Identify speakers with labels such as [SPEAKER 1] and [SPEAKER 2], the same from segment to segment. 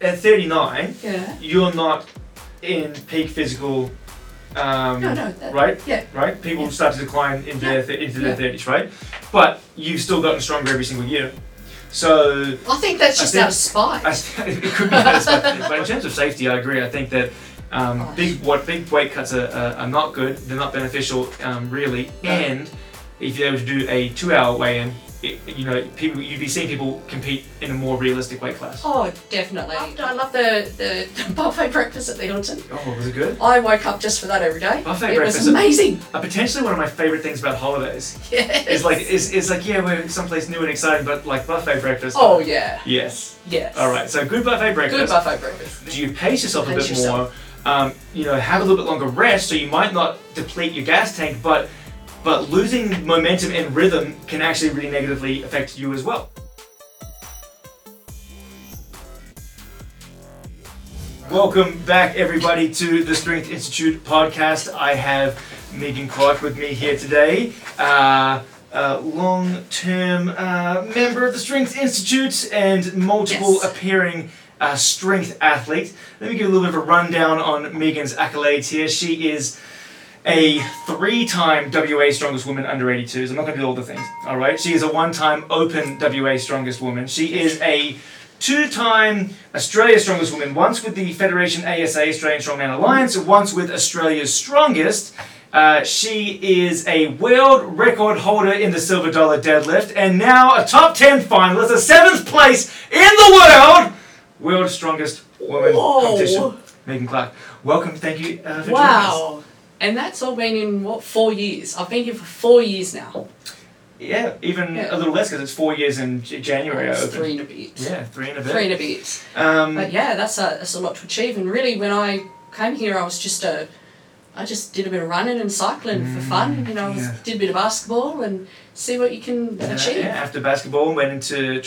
[SPEAKER 1] at 39,
[SPEAKER 2] Yeah.
[SPEAKER 1] you're not in peak physical, um,
[SPEAKER 2] No, no. That,
[SPEAKER 1] right?
[SPEAKER 2] Yeah.
[SPEAKER 1] Right? People
[SPEAKER 2] Yeah.
[SPEAKER 1] start to decline into,
[SPEAKER 2] Yeah.
[SPEAKER 1] their th- into their 30s, right? But you've still gotten stronger every single year. So
[SPEAKER 3] I think that's
[SPEAKER 1] I
[SPEAKER 3] just
[SPEAKER 1] think-
[SPEAKER 3] out of spite.
[SPEAKER 1] I, s- it could be better, but, but in terms of safety, I agree. I think that um, big what big weight cuts are, are, are not good. They're not beneficial, um, really.
[SPEAKER 3] No.
[SPEAKER 1] And if you're able to do a two-hour weigh-in, it, you know, people you'd be seeing people compete in a more realistic weight class.
[SPEAKER 3] oh, definitely.
[SPEAKER 2] I loved-
[SPEAKER 3] I love the, the buffet breakfast at the Hilton.
[SPEAKER 1] Oh, was it good?
[SPEAKER 3] I woke up just for that every day.
[SPEAKER 1] Buffet
[SPEAKER 3] it
[SPEAKER 1] breakfast.
[SPEAKER 3] was amazing.
[SPEAKER 1] Uh, potentially one of my favorite things about holidays
[SPEAKER 3] Yes.
[SPEAKER 1] is like is, is like yeah we're someplace new and exciting, but like buffet breakfast.
[SPEAKER 3] oh yeah,
[SPEAKER 1] Yes.
[SPEAKER 3] yes.
[SPEAKER 1] All right. So good buffet breakfast.
[SPEAKER 3] Good buffet breakfast.
[SPEAKER 1] do you pace yourself a
[SPEAKER 3] Pace
[SPEAKER 1] bit
[SPEAKER 3] yourself.
[SPEAKER 1] more um, you know have a little bit longer rest so you might not deplete your gas tank but but losing momentum and rhythm can actually really negatively affect you as well welcome back everybody to the strength institute podcast i have megan clark with me here today uh, uh, long-term uh, member of the strength institute and multiple
[SPEAKER 3] Yes.
[SPEAKER 1] appearing uh, strength athlete let me give you a little bit of a rundown on Megan's accolades here. She is a three-time WA Strongest Woman under 82s. I'm not going to do all the things. All right. She is a one-time Open WA Strongest Woman. She is a two-time Australia Strongest Woman. Once with the Federation ASA Australian Strongman Alliance. and Once with Australia's Strongest. Uh, she is a world record holder in the silver dollar deadlift, and now a top 10 finalist, a seventh place in the world, world's strongest woman
[SPEAKER 3] Whoa.
[SPEAKER 1] competition. Megan Clark, welcome. Thank you uh, for joining us.
[SPEAKER 3] Wow. And that's all been in what four years? I've been here for four years now.
[SPEAKER 1] Yeah, even
[SPEAKER 3] Yeah.
[SPEAKER 1] a little less because it's four years in J- January. I
[SPEAKER 3] It's
[SPEAKER 1] opened.
[SPEAKER 3] three and a bit.
[SPEAKER 1] Yeah, three and a bit.
[SPEAKER 3] Three and a bit.
[SPEAKER 1] Um,
[SPEAKER 3] But yeah, that's a that's a lot to achieve. And really, when I came here, I was just a, I just did a bit of running and cycling for fun. You know, I was,
[SPEAKER 1] Mm, yeah.
[SPEAKER 3] did a bit of basketball and see what you can
[SPEAKER 1] uh,
[SPEAKER 3] achieve.
[SPEAKER 1] yeah, after basketball, went into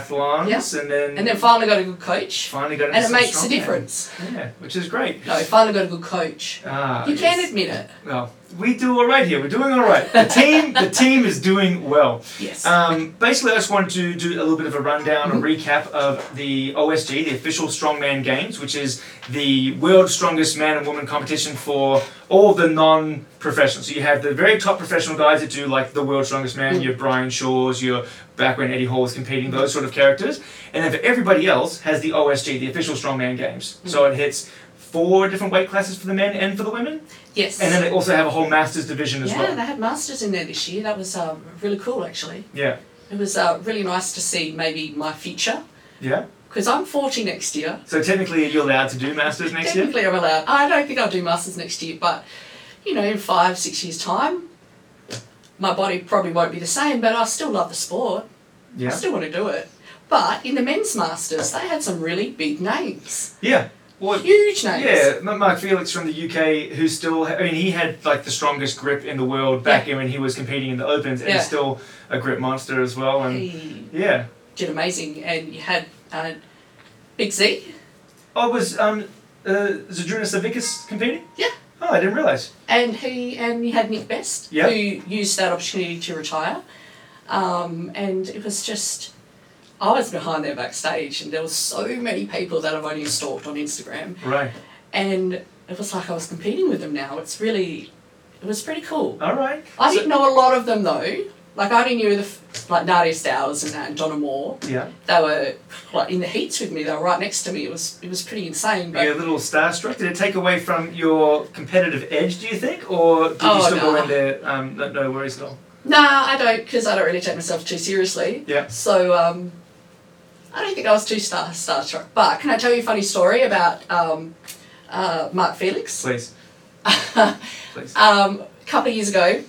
[SPEAKER 1] triathlons, and then
[SPEAKER 3] And then finally got a good coach,
[SPEAKER 1] finally got into
[SPEAKER 3] and it
[SPEAKER 1] some
[SPEAKER 3] makes a
[SPEAKER 1] strongman.
[SPEAKER 3] difference.
[SPEAKER 1] Yeah, which is great.
[SPEAKER 3] No, finally got a good coach.
[SPEAKER 1] Ah,
[SPEAKER 3] You can
[SPEAKER 1] yes.
[SPEAKER 3] admit it.
[SPEAKER 1] Well, we do all right here. We're doing all right. The team, the team is doing well.
[SPEAKER 3] Yes.
[SPEAKER 1] Um, basically, I just wanted to do a little bit of a rundown, a recap of the OSG, the official Strongman Games, which is the world's strongest man and woman competition for all the non professionals. So you have the very top professional guys that do like the world's strongest man, your Brian Shaws, your back when Eddie Hall was competing, those sort of characters. And then for everybody else has the OSG, the official Strongman Games. So it hits four different weight classes for the men and for the women.
[SPEAKER 3] yes.
[SPEAKER 1] And then they also have a whole masters division as
[SPEAKER 3] yeah,
[SPEAKER 1] well.
[SPEAKER 3] they had masters in there this year. That was um, really cool, actually.
[SPEAKER 1] yeah.
[SPEAKER 3] It was uh, really nice to see maybe my future
[SPEAKER 1] Yeah.
[SPEAKER 3] because I'm 40 next year.
[SPEAKER 1] So technically, you're allowed to do masters next year.
[SPEAKER 3] Technically, I'm allowed. I don't think I'll do masters next year, but you know, in five, six years' time, my body probably won't be the same. But I still love the sport. I
[SPEAKER 1] Yeah.
[SPEAKER 3] still want to do it. But in the men's masters, they had some really big names,
[SPEAKER 1] Yeah. Well,
[SPEAKER 3] huge names.
[SPEAKER 1] yeah, Ma- Mark Felix from the UK, who still, I mean, he had like the strongest grip in the world back in when he was competing in the Opens, and
[SPEAKER 3] Yeah.
[SPEAKER 1] he's still a grip monster as well. And
[SPEAKER 3] He
[SPEAKER 1] yeah,
[SPEAKER 3] did amazing, and you had uh, Big Z.
[SPEAKER 1] oh, was um, uh, Zadrunas Savickas competing?
[SPEAKER 3] Yeah.
[SPEAKER 1] Oh, I didn't realize.
[SPEAKER 3] and he and he had Nick Best,
[SPEAKER 1] Yeah.
[SPEAKER 3] who used that opportunity to retire. Um, and it was just, I was behind there backstage, and there was so many people that I've only stalked on Instagram,
[SPEAKER 1] Right.
[SPEAKER 3] and it was like I was competing with them now. It's really, it was pretty cool.
[SPEAKER 1] All right.
[SPEAKER 3] I
[SPEAKER 1] So-
[SPEAKER 3] didn't know a lot of them though. Like I only knew the f- like Nadia Stowers and, that, and Donna Moore.
[SPEAKER 1] Yeah.
[SPEAKER 3] They were like in the heats with me. They were right next to me. It was it was pretty insane. But
[SPEAKER 1] Were you a little starstruck? Did it take away from your competitive edge, do you think? Or did you
[SPEAKER 3] Oh,
[SPEAKER 1] still go
[SPEAKER 3] no.
[SPEAKER 1] in there, um, no, no worries at all?
[SPEAKER 3] Nah, I don't, because I don't really take myself too seriously.
[SPEAKER 1] Yeah.
[SPEAKER 3] So, um, I don't think I was too star starstruck. But can I tell you a funny story about um, uh, Mark Felix?
[SPEAKER 1] Please,
[SPEAKER 3] um,
[SPEAKER 1] please.
[SPEAKER 3] a couple of years ago,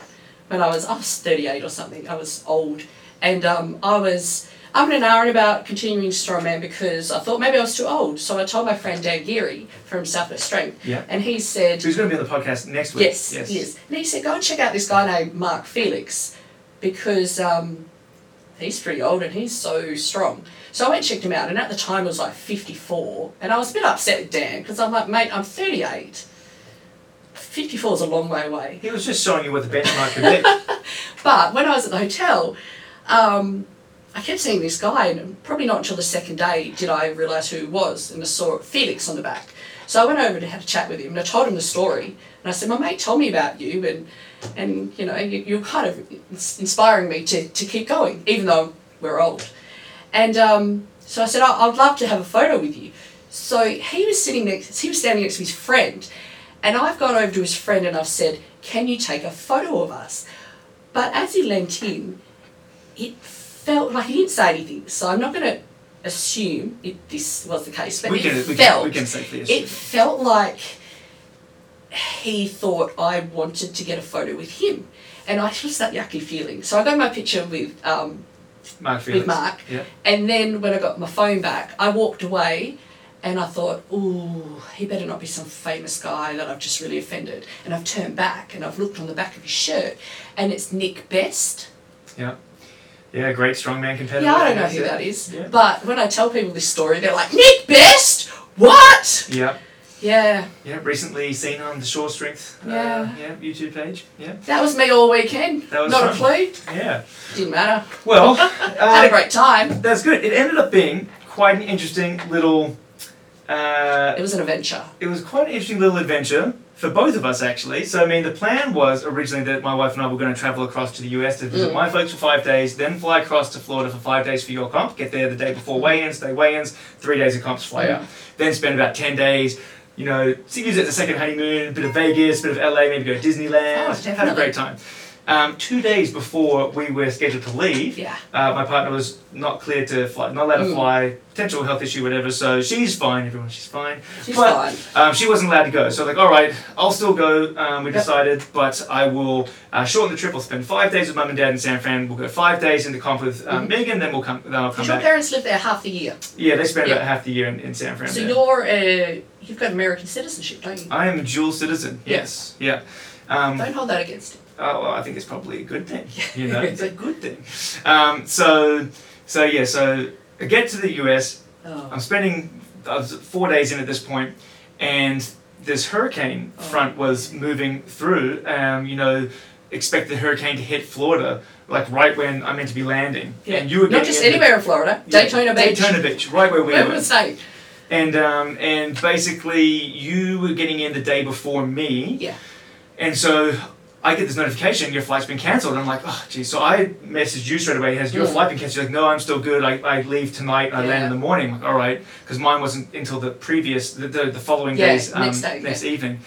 [SPEAKER 3] when I was I was thirty eight or something, I was old, and um, I was up in an hour about continuing strongman because I thought maybe I was too old. So I told my friend Dan Geary from Southwest Strength,
[SPEAKER 1] Yeah.
[SPEAKER 3] and he said,
[SPEAKER 1] Who's going to be on the podcast next week?
[SPEAKER 3] Yes, yes,
[SPEAKER 1] Yes.
[SPEAKER 3] And he said, go and check out this guy named Mark Felix because um, he's pretty old and he's so strong. So I went and checked him out, and at the time I was like 54, and I was a bit upset with Dan because I'm like, mate, I'm 38. 54 is a long way away.
[SPEAKER 1] He was just showing you what the benchmark could be.
[SPEAKER 3] But when I was at the hotel, um, I kept seeing this guy, and probably not until the second day did I realise who he was, and I saw Felix on the back. So I went over to have a chat with him, and I told him the story, and I said, "My mate told me about you, and and you know, you, you're kind of ins- inspiring me to to keep going, even though we're old." And um, so I said, I, I'd love to have a photo with you. So he was sitting next, he was standing next to his friend, and I've gone over to his friend and I've said, Can you take a photo of us? But as he leant in, it felt like he didn't say anything. So I'm not going to assume it, this was the case, but
[SPEAKER 1] we
[SPEAKER 3] it
[SPEAKER 1] can, we
[SPEAKER 3] felt
[SPEAKER 1] can, we can safely assume.
[SPEAKER 3] it felt like he thought I wanted to get a photo with him. And I had just that yucky feeling. So I got my picture with um,
[SPEAKER 1] Mark Felix.
[SPEAKER 3] with Mark.
[SPEAKER 1] Yeah.
[SPEAKER 3] And then when I got my phone back, I walked away and I thought, ooh, he better not be some famous guy that I've just really offended. And I've turned back and I've looked on the back of his shirt and it's Nick Best.
[SPEAKER 1] Yeah. Yeah, great strongman competitor.
[SPEAKER 3] Yeah, I don't know who that is.
[SPEAKER 1] Yeah.
[SPEAKER 3] But when I tell people this story, they're like, Nick Best? What?
[SPEAKER 1] Yeah.
[SPEAKER 3] Yeah,
[SPEAKER 1] Yeah, recently seen on the Shore Strength uh,
[SPEAKER 3] Yeah.
[SPEAKER 1] yeah, YouTube page. Yeah.
[SPEAKER 3] that was me all weekend.
[SPEAKER 1] That was
[SPEAKER 3] not
[SPEAKER 1] fun.
[SPEAKER 3] a clue.
[SPEAKER 1] Yeah.
[SPEAKER 3] Didn't matter.
[SPEAKER 1] Well,
[SPEAKER 3] Had a
[SPEAKER 1] uh,
[SPEAKER 3] great time.
[SPEAKER 1] that's good. It ended up being quite an interesting little. Uh,
[SPEAKER 3] It was an adventure.
[SPEAKER 1] it was quite an interesting little adventure for both of us actually. So I mean, the plan was originally that my wife and I were going to travel across to the US to visit
[SPEAKER 3] Mm.
[SPEAKER 1] my folks for five days, then fly across to Florida for five days for your comp. Get there the day before weigh-ins, day weigh-ins, three days of comps, fly
[SPEAKER 3] Mm.
[SPEAKER 1] out. Then spend about ten days. You know, see use it as a second honeymoon, a bit of Vegas, a bit of LA, maybe go to Disneyland.
[SPEAKER 3] Oh,
[SPEAKER 1] Had a
[SPEAKER 3] definitely.
[SPEAKER 1] great time. Um, two days before we were scheduled to leave,
[SPEAKER 3] Yeah.
[SPEAKER 1] uh, my partner was not cleared to fly, not allowed to
[SPEAKER 3] Mm.
[SPEAKER 1] fly, potential health issue, whatever. So she's fine, everyone, she's fine.
[SPEAKER 3] She's
[SPEAKER 1] But-
[SPEAKER 3] fine.
[SPEAKER 1] Um, she wasn't allowed to go, so like, all right, I'll still go. Um, we
[SPEAKER 3] Yep.
[SPEAKER 1] decided, but I will uh, shorten the trip. I'll spend five days with mum and dad in San Fran. We'll go five days into comp with um,
[SPEAKER 3] Mhm.
[SPEAKER 1] Megan, then we'll come. Then I'll come
[SPEAKER 3] Because your
[SPEAKER 1] back.
[SPEAKER 3] parents lived there half the year.
[SPEAKER 1] Yeah, they spent
[SPEAKER 3] Yeah.
[SPEAKER 1] about half the year in, in San Fran.
[SPEAKER 3] So
[SPEAKER 1] there.
[SPEAKER 3] you're uh, you've got American citizenship, don't you?
[SPEAKER 1] I am a dual citizen.
[SPEAKER 3] Yeah.
[SPEAKER 1] Yes. Yeah. Um,
[SPEAKER 3] Don't hold that against him.
[SPEAKER 1] oh, well, I think it's probably a good thing. You know, it's a good thing. Um, so, so yeah, so I get to the US. I'm
[SPEAKER 3] Oh.
[SPEAKER 1] spending I was four days in at this point, and this hurricane
[SPEAKER 3] Oh.
[SPEAKER 1] front was moving through. Um, you know, expect the hurricane to hit Florida like right when I'm meant to be landing, and you were
[SPEAKER 3] Not
[SPEAKER 1] getting
[SPEAKER 3] just
[SPEAKER 1] in the-
[SPEAKER 3] anywhere in Florida,
[SPEAKER 1] yeah,
[SPEAKER 3] Daytona Beach.
[SPEAKER 1] Daytona Beach, right where we
[SPEAKER 3] Where
[SPEAKER 1] were.
[SPEAKER 3] was I?
[SPEAKER 1] And um, and basically, you were getting in the day before me.
[SPEAKER 3] Yeah.
[SPEAKER 1] And so I get this notification, your flight's been cancelled. I'm like, oh, geez. So I messaged you straight away, has your
[SPEAKER 3] Mm.
[SPEAKER 1] flight been cancelled? You're like, no, I'm still good. I, I leave tonight and I land
[SPEAKER 3] Yeah.
[SPEAKER 1] in the morning. I'm like, all right. Because mine wasn't until the previous, the, the, the following
[SPEAKER 3] Yeah,
[SPEAKER 1] days, um,
[SPEAKER 3] next day,
[SPEAKER 1] next evening.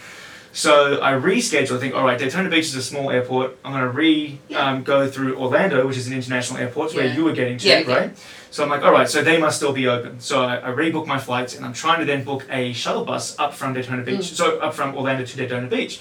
[SPEAKER 1] So I reschedule. I think, all right, Daytona Beach is a small airport. I'm going to re
[SPEAKER 3] Yeah.
[SPEAKER 1] um, go through Orlando, which is an international airport, it's where
[SPEAKER 3] Yeah.
[SPEAKER 1] you were getting to,
[SPEAKER 3] Yeah, yeah.
[SPEAKER 1] right? So I'm like, all right, so they must still be open. So I, I rebook my flights and I'm trying to then book a shuttle bus up from Daytona Beach,
[SPEAKER 3] Mm.
[SPEAKER 1] so up from Orlando to Daytona Beach.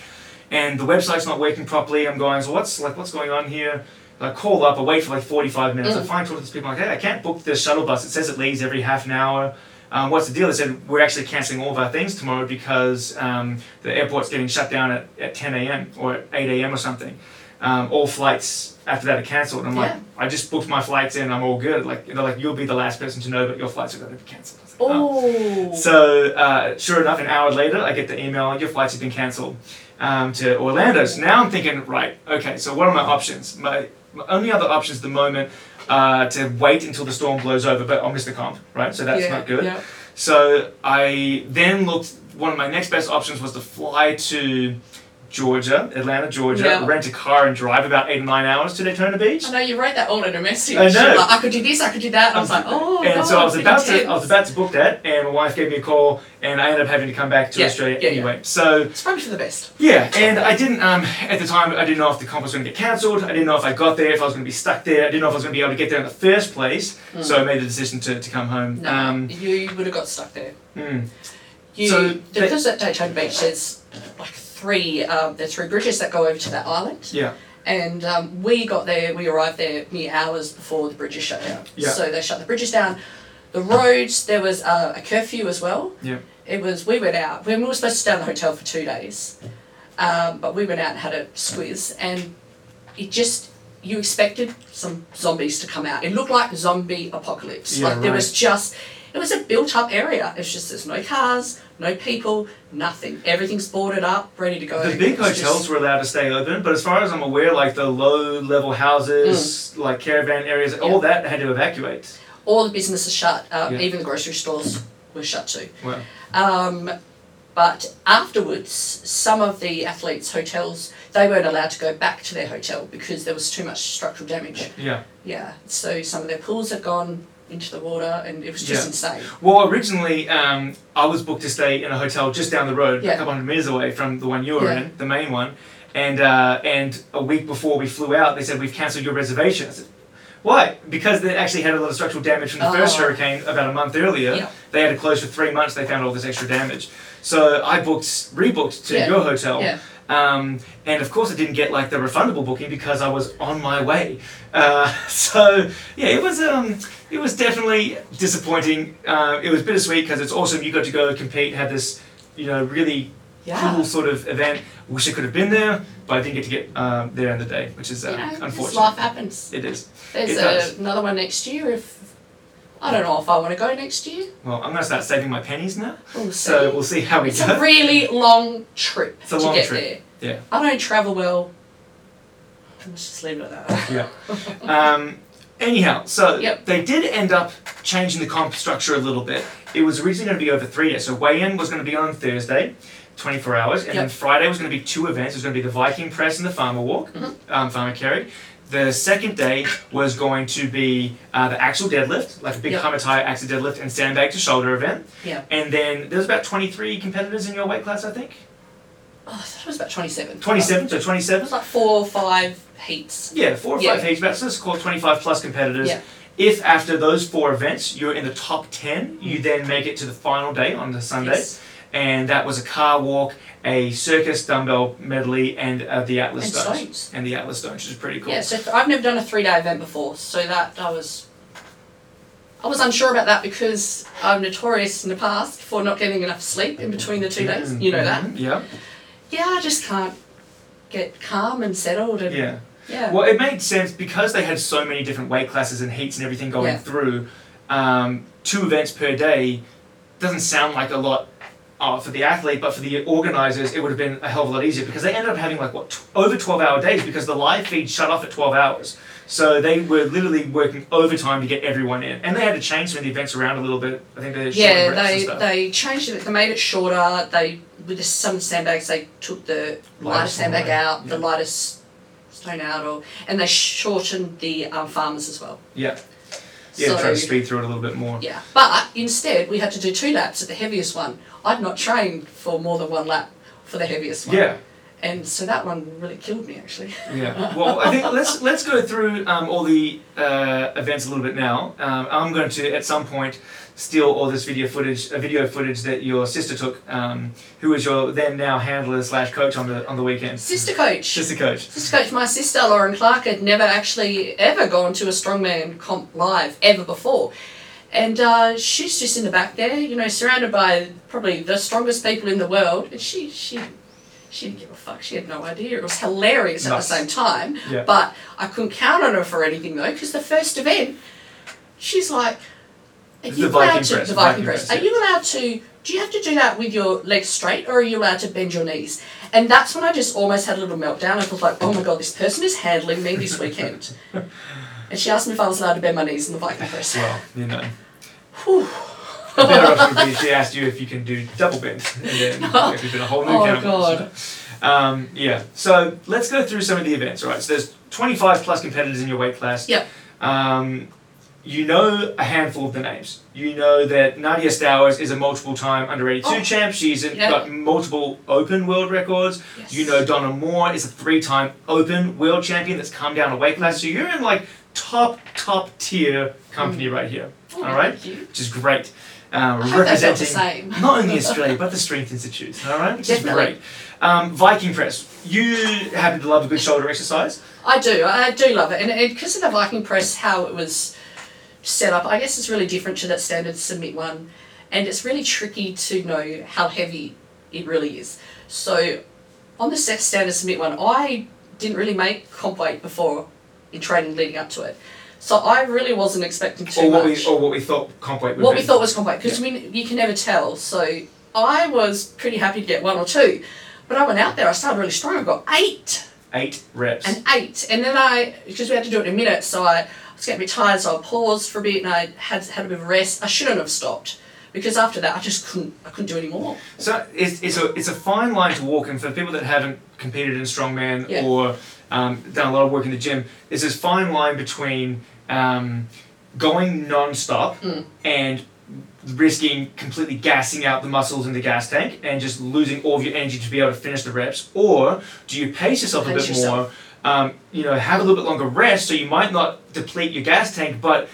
[SPEAKER 1] And the website's not working properly. I'm going, so what's like what's going on here? I call up, I wait for like 45 minutes. I
[SPEAKER 3] Mm.
[SPEAKER 1] find talk to these people, I'm like, hey, I can't book this shuttle bus. It says it leaves every half an hour. Um, what's the deal? They said we're actually canceling all of our things tomorrow because um, the airport's getting shut down at, at 10 a.m. or at 8 a.m. or something. Um, all flights after that are cancelled. I'm like,
[SPEAKER 3] Yeah.
[SPEAKER 1] I just booked my flights in. I'm all good. Like they're like, you'll be the last person to know, but your flights are going to be cancelled. I was like, "Oh."
[SPEAKER 3] Oh.
[SPEAKER 1] So uh, sure enough, an hour later, I get the email, your flights have been cancelled um, to Orlando. So now I'm thinking, right, okay, so what are my options? My, my only other options at the moment are to wait until the storm blows over, but I'll miss the comp, right? So that's
[SPEAKER 3] yeah,
[SPEAKER 1] not good.
[SPEAKER 3] Yeah.
[SPEAKER 1] So I then looked. One of my next best options was to fly to Georgia, Atlanta, Georgia,
[SPEAKER 3] Yeah.
[SPEAKER 1] rent a car and drive about eight or nine hours to Daytona Beach.
[SPEAKER 3] I know you wrote that all in a message.
[SPEAKER 1] I know.
[SPEAKER 3] Like, I could do this, I could do that. I was like, oh.
[SPEAKER 1] and
[SPEAKER 3] God,
[SPEAKER 1] so I was
[SPEAKER 3] it's
[SPEAKER 1] about to, I
[SPEAKER 3] intense.
[SPEAKER 1] was about to book that, and my wife gave me a call, and I ended up having to come back to
[SPEAKER 3] Yeah,
[SPEAKER 1] Australia
[SPEAKER 3] yeah, yeah.
[SPEAKER 1] anyway. So
[SPEAKER 3] It's probably for the best.
[SPEAKER 1] yeah, and I didn't um, at the time. I didn't know if the comp was going to get cancelled. I didn't know if I got there, if I was going to be stuck there. I didn't know if I was going to be able to get there in the first place. So I made the decision to, to come home.
[SPEAKER 3] Hmm. No,
[SPEAKER 1] Um,
[SPEAKER 3] you would have got stuck there.
[SPEAKER 1] mm,
[SPEAKER 3] You,
[SPEAKER 1] So they-
[SPEAKER 3] because at Daytona Beach, there's uh, like three, um, there's three bridges that go over to that island.
[SPEAKER 1] yeah,
[SPEAKER 3] And um, we got there, we arrived there mere hours before the bridges shut down.
[SPEAKER 1] Yeah.
[SPEAKER 3] So they shut the bridges down. The roads, there was uh, a curfew as well.
[SPEAKER 1] yeah,
[SPEAKER 3] It was, we went out, we were supposed to stay in the hotel for two days, um, but we went out and had a squiz, and it just, you expected some zombies to come out. It looked like zombie apocalypse.
[SPEAKER 1] Yeah,
[SPEAKER 3] like there
[SPEAKER 1] right.
[SPEAKER 3] was just, It was a built up area. It's just there's no cars, no people, nothing. Everything's boarded up, ready to go.
[SPEAKER 1] The big
[SPEAKER 3] It's just-
[SPEAKER 1] hotels were allowed to stay open, but as far as I'm aware, like the low level houses,
[SPEAKER 3] Hmm.
[SPEAKER 1] like caravan areas, all that had to evacuate.
[SPEAKER 3] all the businesses shut, um,
[SPEAKER 1] Yeah.
[SPEAKER 3] even the grocery stores were shut too.
[SPEAKER 1] Wow.
[SPEAKER 3] Um, but afterwards, some of the athletes' hotels they weren't allowed to go back to their hotel because there was too much structural damage.
[SPEAKER 1] Yeah.
[SPEAKER 3] Yeah, so some of their pools had gone into the water, and it was just
[SPEAKER 1] Yeah.
[SPEAKER 3] insane.
[SPEAKER 1] Well, originally, um, I was booked to stay in a hotel just down the road,
[SPEAKER 3] Yeah.
[SPEAKER 1] a couple hundred meters away from the one you were
[SPEAKER 3] Yeah.
[SPEAKER 1] in, the main one. And uh, and a week before we flew out, they said we've cancelled your reservation. I said, why? Because they actually had a lot of structural damage from the first
[SPEAKER 3] Oh.
[SPEAKER 1] hurricane about a month earlier.
[SPEAKER 3] Yeah.
[SPEAKER 1] They had to close for three months. They found all this extra damage. So I booked, rebooked to
[SPEAKER 3] Yeah.
[SPEAKER 1] your hotel.
[SPEAKER 3] Yeah.
[SPEAKER 1] Um, and of course, I didn't get like the refundable booking because I was on my way. Uh, so yeah, it was um, it was definitely disappointing. Uh, it was bittersweet because it's awesome. You got to go compete, had this you know really
[SPEAKER 3] Yeah.
[SPEAKER 1] cool sort of event. Wish I could have been there, but I didn't get to get um, there in the day, which is uh,
[SPEAKER 3] you know, just
[SPEAKER 1] unfortunate.
[SPEAKER 3] life happens.
[SPEAKER 1] It is.
[SPEAKER 3] There's
[SPEAKER 1] It
[SPEAKER 3] a,
[SPEAKER 1] does.
[SPEAKER 3] another one next year. If I don't know if I want to go next year.
[SPEAKER 1] Well, I'm gonna start saving my pennies now,
[SPEAKER 3] We'll
[SPEAKER 1] so
[SPEAKER 3] see.
[SPEAKER 1] we'll see how we
[SPEAKER 3] It's
[SPEAKER 1] go.
[SPEAKER 3] a really long trip
[SPEAKER 1] It's a
[SPEAKER 3] to
[SPEAKER 1] long
[SPEAKER 3] get
[SPEAKER 1] trip.
[SPEAKER 3] there.
[SPEAKER 1] Yeah.
[SPEAKER 3] I don't travel well. Let's just leave it at that.
[SPEAKER 1] yeah. Um, anyhow, so
[SPEAKER 3] Yep.
[SPEAKER 1] they did end up changing the comp structure a little bit. It was originally going to be over three days. So weigh in was going to be on Thursday, 24 hours, and then
[SPEAKER 3] Yep.
[SPEAKER 1] Friday was going to be two events. It was going to be the Viking Press and the Farmer Walk,
[SPEAKER 3] Mm-hmm.
[SPEAKER 1] um, Farmer Carry. The second day was going to be uh, the axle deadlift, like a big
[SPEAKER 3] Yep.
[SPEAKER 1] hammer tire axle deadlift and sandbag to shoulder event.
[SPEAKER 3] Yeah.
[SPEAKER 1] And then there was about 23 competitors in your weight class, I think.
[SPEAKER 3] Oh, I thought it was about 27.
[SPEAKER 1] 27, so
[SPEAKER 3] It
[SPEAKER 1] 27.
[SPEAKER 3] was like four or five heats.
[SPEAKER 1] Yeah, four or
[SPEAKER 3] Yeah.
[SPEAKER 1] five heats, but so it's called 25 plus competitors.
[SPEAKER 3] Yeah.
[SPEAKER 1] If after those four events you're in the top 10, you then make it to the final day on the Sunday.
[SPEAKER 3] Mm. Yes.
[SPEAKER 1] And that was a car walk, a circus dumbbell medley, and uh, the Atlas
[SPEAKER 3] And
[SPEAKER 1] Stones.
[SPEAKER 3] stones.
[SPEAKER 1] And the Atlas Stones, which is pretty cool.
[SPEAKER 3] Yeah, so th- I've never done a three day event before, so that I was. I was unsure about that because I'm notorious in the past for not getting enough sleep in between the two days. You know that.
[SPEAKER 1] Mhm, Yeah.
[SPEAKER 3] Yeah, I just can't get calm and settled and
[SPEAKER 1] Yeah.
[SPEAKER 3] yeah.
[SPEAKER 1] Well, it made sense because they had so many different weight classes and heats and everything going
[SPEAKER 3] Yeah.
[SPEAKER 1] through. Um, two events per day doesn't sound like a lot uh, for the athlete, but for the organizers, it would have been a hell of a lot easier because they ended up having like what tw- over twelve hour days because the live feed shut off at twelve hours. So they were literally working overtime to get everyone in, and they had to change some of the events around a little bit. I think they shortened
[SPEAKER 3] Yeah,
[SPEAKER 1] reps and
[SPEAKER 3] they
[SPEAKER 1] stuff.
[SPEAKER 3] they changed it. They made it shorter. They with the, some sandbags they took the lightest
[SPEAKER 1] Lightest one
[SPEAKER 3] sandbag
[SPEAKER 1] away,
[SPEAKER 3] out, the
[SPEAKER 1] yeah.
[SPEAKER 3] lightest stone out, or and they shortened the um, farmers as well.
[SPEAKER 1] yeah, yeah,
[SPEAKER 3] so,
[SPEAKER 1] try to speed through it a little bit more.
[SPEAKER 3] Yeah, but instead we had to do two laps at the heaviest one. I'd not trained for more than one lap for the heaviest one.
[SPEAKER 1] yeah.
[SPEAKER 3] and so that one really killed me actually.
[SPEAKER 1] Yeah. Well, I think let's let's go through um, all the uh, events a little bit now. Um, I'm going to at some point steal all this video footage, uh, video footage that your sister took, um, who was your then now handler slash coach on the on the weekend.
[SPEAKER 3] Sister coach.
[SPEAKER 1] Sister coach.
[SPEAKER 3] Sister coach, my sister Lauren Clark had never actually ever gone to a strongman comp live ever before. And uh, she's just in the back there, you know, surrounded by probably the strongest people in the world. And she, she, she didn't give a fuck. She had no idea. It was hilarious at
[SPEAKER 1] Nice.
[SPEAKER 3] the same time.
[SPEAKER 1] Yeah.
[SPEAKER 3] But I couldn't count on her for anything though, because the first event, she's like,
[SPEAKER 1] The
[SPEAKER 3] "Are you
[SPEAKER 1] Viking
[SPEAKER 3] allowed to
[SPEAKER 1] press,
[SPEAKER 3] the
[SPEAKER 1] the
[SPEAKER 3] Viking
[SPEAKER 1] Viking
[SPEAKER 3] press?
[SPEAKER 1] press,
[SPEAKER 3] Are you allowed to? Do you have to do that with your legs straight, or are you allowed to bend your knees?" And that's when I just almost had a little meltdown. I was like, "Oh my god, this person is handling me this weekend." and she asked me if I was allowed to bend my knees in the Viking press.
[SPEAKER 1] Well, you know.
[SPEAKER 3] Whew.
[SPEAKER 1] A better option would be she asked you if you can do double bend, and then if you've been a whole new
[SPEAKER 3] Oh,
[SPEAKER 1] can of worms,
[SPEAKER 3] God.
[SPEAKER 1] you know. Um, yeah. So let's go through some of the events. All right. So there's 25 plus competitors in your weight class.
[SPEAKER 3] Yep.
[SPEAKER 1] Um, you know a handful of the names. You know that Nadia Stowers is a multiple time under 82
[SPEAKER 3] Oh,
[SPEAKER 1] champ. She's in,
[SPEAKER 3] yeah.
[SPEAKER 1] got multiple open world records.
[SPEAKER 3] Yes.
[SPEAKER 1] You know Donna Moore is a three time open world champion that's come down a weight class. So you're in like top, top tier company right here.
[SPEAKER 3] Oh,
[SPEAKER 1] all right?
[SPEAKER 3] thank you.
[SPEAKER 1] Which is great. Um,
[SPEAKER 3] I hope that's not the
[SPEAKER 1] representing
[SPEAKER 3] same.
[SPEAKER 1] not only Australia but the Strength Institute, all right? Which
[SPEAKER 3] Definitely.
[SPEAKER 1] is great. Um, Viking press. You happen to love a good shoulder exercise.
[SPEAKER 3] I do. I do love it, and because of the Viking press, how it was set up, I guess it's really different to that standard submit one, and it's really tricky to know how heavy it really is. So, on the set standard submit one, I didn't really make comp weight before in training leading up to it. So I really wasn't expecting too
[SPEAKER 1] or what
[SPEAKER 3] much.
[SPEAKER 1] we or what we thought comp weight would
[SPEAKER 3] what
[SPEAKER 1] be.
[SPEAKER 3] we thought was compact because we you can never tell. So I was pretty happy to get one or two, but I went out there. I started really strong. I got eight
[SPEAKER 1] eight reps.
[SPEAKER 3] and eight, and then I because we had to do it in a minute, so I was getting a bit tired, so I paused for a bit and I had had a bit of a rest. I shouldn't have stopped because after that I just couldn't I couldn't do any more.
[SPEAKER 1] So it's, it's a it's a fine line to walk, and for people that haven't competed in strongman
[SPEAKER 3] Yeah.
[SPEAKER 1] or um, done a lot of work in the gym, there's this fine line between um, going non-stop
[SPEAKER 3] Hmm.
[SPEAKER 1] and risking completely gassing out the muscles in the gas tank and just losing all of your energy to be able to finish the reps, or do you pace yourself a
[SPEAKER 3] Pace
[SPEAKER 1] bit
[SPEAKER 3] yourself.
[SPEAKER 1] more? Um, you know, have a little bit longer rest, so you might not deplete your gas tank, but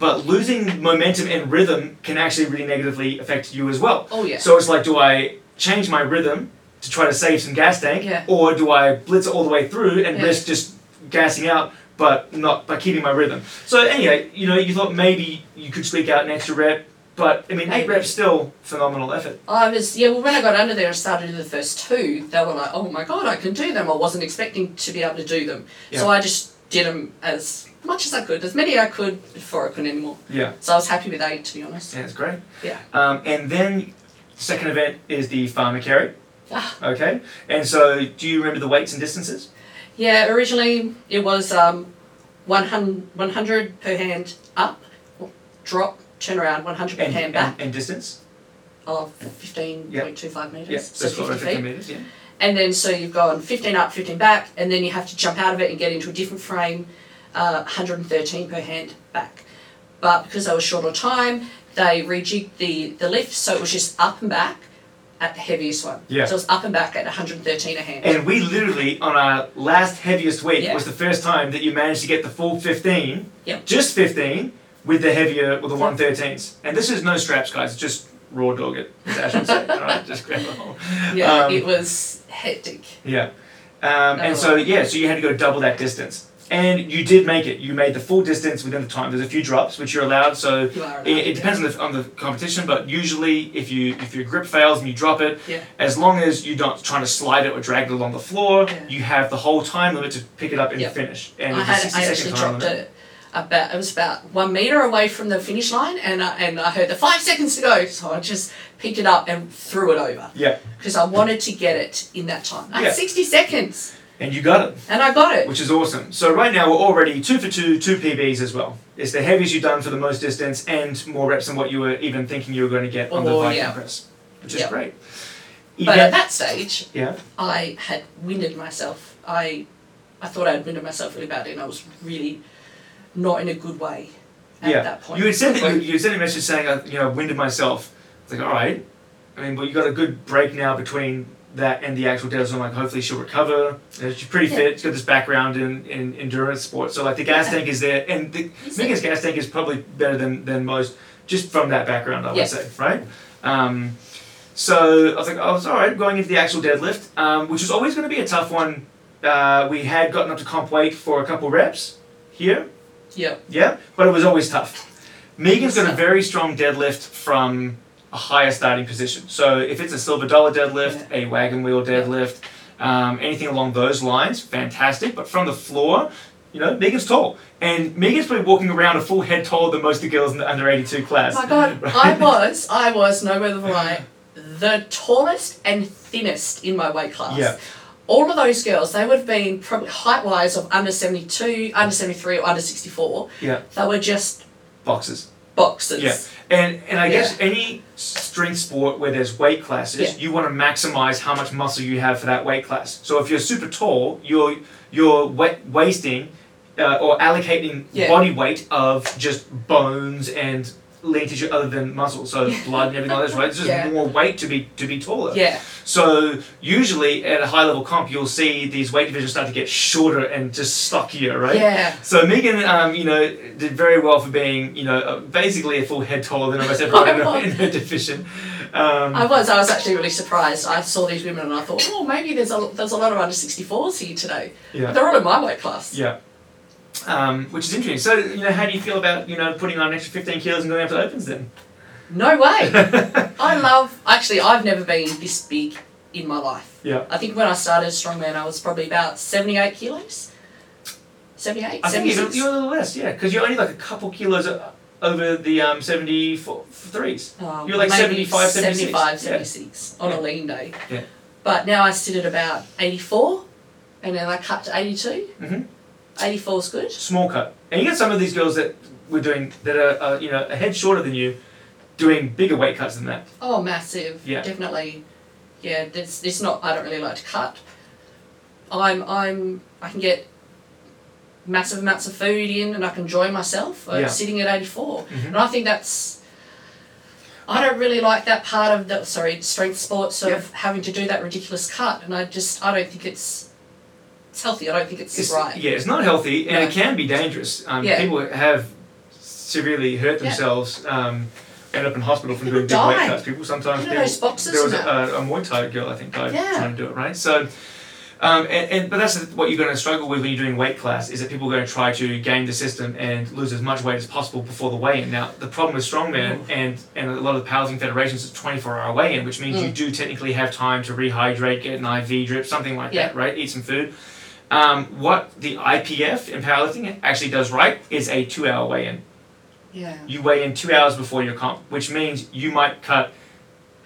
[SPEAKER 1] but losing momentum and rhythm can actually really negatively affect you as well.
[SPEAKER 3] Oh yeah.
[SPEAKER 1] So it's like, do I change my rhythm to try to save some gas tank,
[SPEAKER 3] Yeah.
[SPEAKER 1] or do I blitz it all the way through and
[SPEAKER 3] Yeah.
[SPEAKER 1] risk just gassing out, but not by keeping my rhythm? So anyway, you know, you thought maybe you could squeak out an extra rep, but I mean, eight
[SPEAKER 3] Maybe.
[SPEAKER 1] reps still phenomenal effort.
[SPEAKER 3] I was yeah. Well, when I got under there and started to do the first two, they were like, "Oh my god, I can do them." I wasn't expecting to be able to do them,
[SPEAKER 1] Yeah.
[SPEAKER 3] so I just did them as much as I could, as many I could before I couldn't anymore.
[SPEAKER 1] Yeah,
[SPEAKER 3] So I was happy with eight, to be honest.
[SPEAKER 1] yeah, it's great.
[SPEAKER 3] Yeah.
[SPEAKER 1] Um, and then second event is the farmer carry.
[SPEAKER 3] Ah.
[SPEAKER 1] Okay, and so do you remember the weights and distances?
[SPEAKER 3] Yeah. Originally, it was um, 100, 100 per hand up, drop, turn around, one hundred per
[SPEAKER 1] And,
[SPEAKER 3] hand
[SPEAKER 1] and,
[SPEAKER 3] back
[SPEAKER 1] and distance?
[SPEAKER 3] of fifteen point two five meters,
[SPEAKER 1] Yeah,
[SPEAKER 3] so
[SPEAKER 1] so
[SPEAKER 3] fifty
[SPEAKER 1] 12
[SPEAKER 3] feet.
[SPEAKER 1] 15 meters, yeah.
[SPEAKER 3] And then so you've gone 15 up, 15 back, and then you have to jump out of it and get into a different frame, uh, 113 per hand back. But because they were short on time, they rejigged the, the lift so it was just up and back at the heaviest one.
[SPEAKER 1] Yeah.
[SPEAKER 3] So it was up and back at 113 a hand.
[SPEAKER 1] And we literally, on our last heaviest week,
[SPEAKER 3] Yeah.
[SPEAKER 1] was the first time that you managed to get the full 15,
[SPEAKER 3] Yep.
[SPEAKER 1] just 15, with the heavier, with the
[SPEAKER 3] Yeah.
[SPEAKER 1] 113s. And this is no straps, guys, it's just raw dog it, as Ash would say. all right? Just grab a hold.
[SPEAKER 3] yeah,
[SPEAKER 1] um,
[SPEAKER 3] it was hectic.
[SPEAKER 1] Yeah. Um, and
[SPEAKER 3] Oh.
[SPEAKER 1] so, yeah, so you had to go double that distance. And you did make it. You made the full distance within the time. There's a few drops, which you're allowed, so
[SPEAKER 3] You are
[SPEAKER 1] it, it depends on the, on the competition, but usually if you if your grip fails and you drop it,
[SPEAKER 3] Yeah.
[SPEAKER 1] as long as you're not trying to slide it or drag it along the floor,
[SPEAKER 3] Yeah.
[SPEAKER 1] you have the whole time limit to pick it up and
[SPEAKER 3] Yep.
[SPEAKER 1] finish. And
[SPEAKER 3] I
[SPEAKER 1] it's a
[SPEAKER 3] had
[SPEAKER 1] 60
[SPEAKER 3] I
[SPEAKER 1] second
[SPEAKER 3] actually
[SPEAKER 1] time
[SPEAKER 3] dropped
[SPEAKER 1] limit.
[SPEAKER 3] it about it was about one meter away from the finish line, and I, and I heard the five seconds to go, so I just picked it up and threw it over.
[SPEAKER 1] Yeah,
[SPEAKER 3] because I wanted to get it in that time. I had
[SPEAKER 1] Yeah.
[SPEAKER 3] 60 seconds
[SPEAKER 1] and you got it,
[SPEAKER 3] and I got it.
[SPEAKER 1] which is awesome. So right now we're already two for two, two PBs as well. It's the heaviest you've done for the most distance and more reps than what you were even thinking you were going to get on the
[SPEAKER 3] Oh,
[SPEAKER 1] Viking
[SPEAKER 3] yeah.
[SPEAKER 1] press, which is
[SPEAKER 3] Yep.
[SPEAKER 1] great.
[SPEAKER 3] But at
[SPEAKER 1] Event-
[SPEAKER 3] that stage,
[SPEAKER 1] yeah,
[SPEAKER 3] I had winded myself. I I thought I had winded myself really badly and I was really not in a good way at
[SPEAKER 1] yeah.
[SPEAKER 3] that point.
[SPEAKER 1] You had sent that you, you had sent a message saying uh, you know winded myself. It's like all right, I mean, but you got a good break now between that and the actual deadlift. So I'm like, hopefully she'll recover. Uh, She's pretty
[SPEAKER 3] Yeah.
[SPEAKER 1] fit. She's got this background in, in endurance sports, so like the gas
[SPEAKER 3] Yeah.
[SPEAKER 1] tank is there, and the
[SPEAKER 3] Is
[SPEAKER 1] Megan's gas tank is probably better than than most, just from that background, I would
[SPEAKER 3] Yeah.
[SPEAKER 1] say, right? Um, so I was like, I was all right going into the actual deadlift, um, which was always going to be a tough one. Uh, we had gotten up to comp weight for a couple reps here,
[SPEAKER 3] yeah.
[SPEAKER 1] yeah, but it was always tough. Megan's got a very strong deadlift from a higher starting position. So if it's a silver dollar deadlift, a wagon wheel deadlift, um, anything along those lines, fantastic. But from the floor, you know, Megan's tall. And Megan's probably walking around a full head taller than most of the girls in the under 82 class.
[SPEAKER 3] Oh My God,
[SPEAKER 1] Right?
[SPEAKER 3] I was, I was, no other than I, the tallest and thinnest in my weight class.
[SPEAKER 1] Yeah.
[SPEAKER 3] All of those girls, they would have been probably height wise of under 72, under 73, or under 64.
[SPEAKER 1] Yeah,
[SPEAKER 3] They were just
[SPEAKER 1] boxes.
[SPEAKER 3] boxes.
[SPEAKER 1] Yeah, and and I guess any strength sport where there's weight classes,
[SPEAKER 3] Yeah.
[SPEAKER 1] you want to maximize how much muscle you have for that weight class. So if you're super tall, you're you're wa- wasting uh, or allocating
[SPEAKER 3] Yeah.
[SPEAKER 1] body weight of just bones and lean tissue other than muscle, so blood and everything like this, right? It's just
[SPEAKER 3] Yeah.
[SPEAKER 1] more weight to be to be taller.
[SPEAKER 3] Yeah.
[SPEAKER 1] So usually at a high level comp, you'll see these weight divisions start to get shorter and just stockier, right?
[SPEAKER 3] Yeah.
[SPEAKER 1] So Megan, um, you know, did very well for being, you know, uh, basically a full head taller than almost everyone in her- in her division. Um,
[SPEAKER 3] I was. I was actually really surprised. I saw these women and I thought, oh, maybe there's a there's a lot of under sixty fours here today.
[SPEAKER 1] yeah,
[SPEAKER 3] They're all in my weight class.
[SPEAKER 1] yeah. Um, which is interesting. So, you know, how do you feel about, you know, putting on an extra 15 kilos and going up to opens then?
[SPEAKER 3] No way. I love. Actually, I've never been this big in my life.
[SPEAKER 1] yeah.
[SPEAKER 3] I think when I started strongman, I was probably about seventy eight kilos. 78,
[SPEAKER 1] I think you're,
[SPEAKER 3] 76.
[SPEAKER 1] you're on the list, yeah, because you're only like a couple kilos o- over the um, 73s.
[SPEAKER 3] Um,
[SPEAKER 1] You're like
[SPEAKER 3] maybe
[SPEAKER 1] 75, 76.
[SPEAKER 3] 75,
[SPEAKER 1] Yeah.
[SPEAKER 3] 76 on
[SPEAKER 1] Yeah.
[SPEAKER 3] a lean day.
[SPEAKER 1] Yeah.
[SPEAKER 3] But now I sit at about 84 and then I cut to 82.
[SPEAKER 1] Mhm.
[SPEAKER 3] 84 is good.
[SPEAKER 1] Small cut. And you get some of these girls that were doing, that are, uh, you know, a head shorter than you, doing bigger weight cuts than that.
[SPEAKER 3] Oh, massive.
[SPEAKER 1] Yeah.
[SPEAKER 3] Definitely. Yeah, it's, it's not, I don't really like to cut. I'm, I'm, I can get massive amounts of food in and I can enjoy myself uh,
[SPEAKER 1] Yeah.
[SPEAKER 3] sitting at 84.
[SPEAKER 1] Mhm.
[SPEAKER 3] And I think that's, I don't really like that part of the, sorry, strength sports of
[SPEAKER 1] Yeah.
[SPEAKER 3] having to do that ridiculous cut. And I just, I don't think it's, it's healthy. I don't think it's,
[SPEAKER 1] It's,
[SPEAKER 3] right.
[SPEAKER 1] Yeah, it's not healthy and it
[SPEAKER 3] No.
[SPEAKER 1] can be dangerous. Um,
[SPEAKER 3] Yeah.
[SPEAKER 1] People have severely hurt
[SPEAKER 3] Yeah.
[SPEAKER 1] themselves, um, end up in hospital from doing big
[SPEAKER 3] People
[SPEAKER 1] weight
[SPEAKER 3] die.
[SPEAKER 1] cuts. People sometimes
[SPEAKER 3] Look at
[SPEAKER 1] people,
[SPEAKER 3] those boxes
[SPEAKER 1] There was a, uh,
[SPEAKER 3] now.
[SPEAKER 1] a, a Muay Thai girl, I think, died
[SPEAKER 3] Yeah.
[SPEAKER 1] trying to do it, right? So. Um, and, and but that's what you're going to struggle with when you're doing weight class is that people are going to try to game the system and lose as much weight as possible before the weigh-in. Now the problem with strongman and and a lot of the powerlifting federations is 24-hour weigh-in, which means
[SPEAKER 3] Mm.
[SPEAKER 1] you do technically have time to rehydrate, get an IV drip, something like
[SPEAKER 3] Yeah.
[SPEAKER 1] that, right? Eat some food. Um, what the IPF in powerlifting actually does right is a two-hour weigh-in.
[SPEAKER 3] Yeah.
[SPEAKER 1] You weigh in two hours before your comp, which means you might cut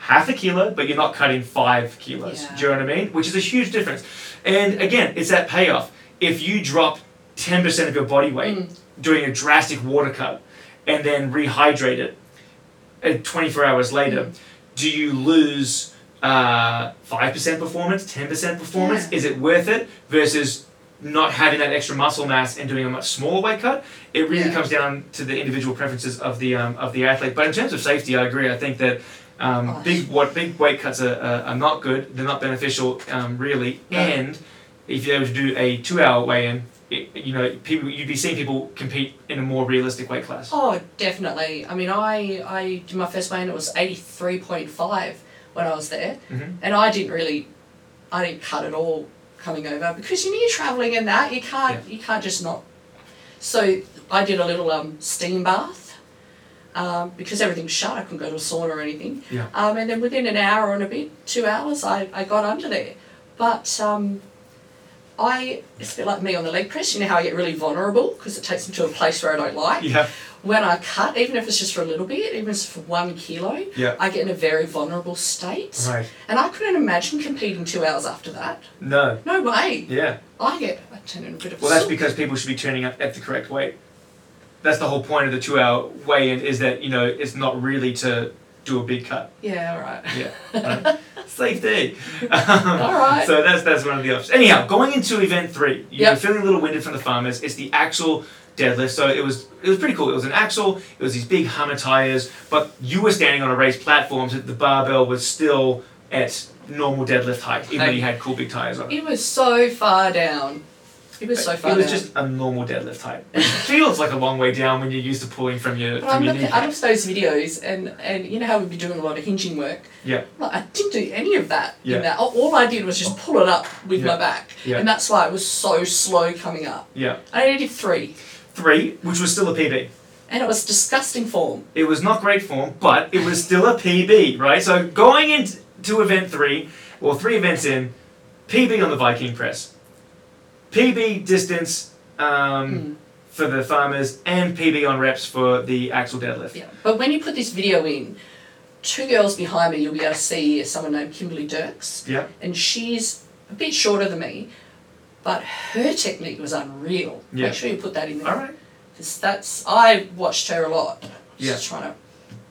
[SPEAKER 1] half a kilo, but you're not cutting five kilos. Do you know what I mean? Which is a huge difference. And again, it's that payoff. If you drop 10% of your body weight
[SPEAKER 3] Mm.
[SPEAKER 1] doing a drastic water cut and then rehydrate it uh, 24 hours later, do you lose uh, 5% performance, 10% performance?
[SPEAKER 3] Yeah.
[SPEAKER 1] Is it worth it versus not having that extra muscle mass and doing a much smaller weight cut? It really
[SPEAKER 3] Yeah.
[SPEAKER 1] comes down to the individual preferences of the um, of the athlete. But in terms of safety, I agree. I think that um,
[SPEAKER 3] Oh.
[SPEAKER 1] big what big weight cuts are, are, are not good. They're not beneficial um, really.
[SPEAKER 3] No.
[SPEAKER 1] And if you were to do a two-hour weigh-in, it, you know, people you'd be seeing people compete in a more realistic weight class.
[SPEAKER 3] Oh, definitely. I mean, I I did my first weigh-in. It was eighty three point five when I was there,
[SPEAKER 1] Mhm.
[SPEAKER 3] and I didn't really, I didn't cut at all coming over because you know you're traveling and that you can't you can't just not. So I did a little um, steam bath, um, because everything's shut. I couldn't go to a sauna or anything.
[SPEAKER 1] Yeah.
[SPEAKER 3] Um, and then within an hour and a bit, two hours, I, I got under there, but um, I it's a bit like me on the leg press. You know how I get really vulnerable because it takes me to a place where I don't like
[SPEAKER 1] Yeah,
[SPEAKER 3] when I cut, even if it's just for a little bit, even if it's for one kilo,
[SPEAKER 1] Yeah.
[SPEAKER 3] I get in a very vulnerable state.
[SPEAKER 1] Right.
[SPEAKER 3] And I couldn't imagine competing two hours after that.
[SPEAKER 1] no,
[SPEAKER 3] No way.
[SPEAKER 1] yeah.
[SPEAKER 3] I get I turn in a bit of a
[SPEAKER 1] Well, that's
[SPEAKER 3] soup.
[SPEAKER 1] because people should be turning up at the correct weight. That's the whole point of the two-hour weigh-in is that you know it's not really to do a big cut.
[SPEAKER 3] Yeah, right.
[SPEAKER 1] Yeah. Right. Safety. Um,
[SPEAKER 3] All right.
[SPEAKER 1] So that's that's one of the options. Anyhow, going into event three, you
[SPEAKER 3] Yep.
[SPEAKER 1] were feeling a little winded from the farmers. It's the axle deadlift, so it was it was pretty cool. It was an axle. It was these big Hummer tires, but you were standing on a raised platform, so the barbell was still at normal deadlift height, even though
[SPEAKER 3] Okay.
[SPEAKER 1] you had cool big tires on.
[SPEAKER 3] It was so far down. It was so far
[SPEAKER 1] it was
[SPEAKER 3] down.
[SPEAKER 1] just a normal deadlift height. It feels like a long way down when you're used to pulling from your
[SPEAKER 3] but
[SPEAKER 1] from
[SPEAKER 3] I'm
[SPEAKER 1] your
[SPEAKER 3] looking, I
[SPEAKER 1] kneecap.
[SPEAKER 3] looked at those videos and, and you know how we'd be doing a lot of hinging work.
[SPEAKER 1] Yeah.
[SPEAKER 3] Like, I didn't do any of that.
[SPEAKER 1] Yeah.
[SPEAKER 3] In that. All- All I did was just pull it up with
[SPEAKER 1] Yeah.
[SPEAKER 3] my back.
[SPEAKER 1] Yeah.
[SPEAKER 3] And that's why it was so slow coming up.
[SPEAKER 1] Yeah.
[SPEAKER 3] I only did three.
[SPEAKER 1] Three, which was still a PB.
[SPEAKER 3] And it was disgusting form.
[SPEAKER 1] It was not great form, but it was still a PB, right? So going into event three, or three events in, PB on the Viking press, PB distance um,
[SPEAKER 3] Hmm.
[SPEAKER 1] for the farmers, and PB on reps for the axle deadlift.
[SPEAKER 3] Yeah. But when you put this video in, two girls behind me, you'll be able to see someone named Kimberly Dirks,
[SPEAKER 1] Yeah.
[SPEAKER 3] and she's a bit shorter than me, but her technique was unreal.
[SPEAKER 1] Yeah.
[SPEAKER 3] Make sure you put that in there.
[SPEAKER 1] All right.
[SPEAKER 3] 'Cause that's I watched her a lot.
[SPEAKER 1] Yeah.
[SPEAKER 3] Just trying to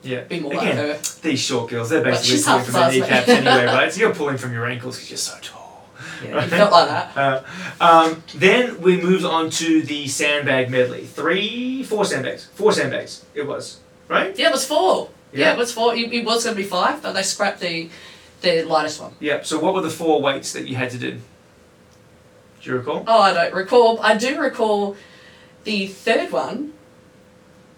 [SPEAKER 1] Yeah.
[SPEAKER 3] be more
[SPEAKER 1] Again,
[SPEAKER 3] like her.
[SPEAKER 1] these short girls, they're
[SPEAKER 3] But
[SPEAKER 1] basically
[SPEAKER 3] she's
[SPEAKER 1] pulling
[SPEAKER 3] half
[SPEAKER 1] from their
[SPEAKER 3] size, mate.
[SPEAKER 1] kneecaps anyway, right? So you're pulling from your ankles because you're so tall.
[SPEAKER 3] Yeah, It felt like that.
[SPEAKER 1] Uh, um, then we moved on to the sandbag medley. Three, four sandbags. Four sandbags, it was, right?
[SPEAKER 3] Yeah, it was four. Yeah,
[SPEAKER 1] Yeah.
[SPEAKER 3] it was four. It, it was going to be five, but they scrapped the the lightest one.
[SPEAKER 1] Yep. So what were the four weights that you had to do? Do you recall?
[SPEAKER 3] Oh, I don't recall. I do recall the third one.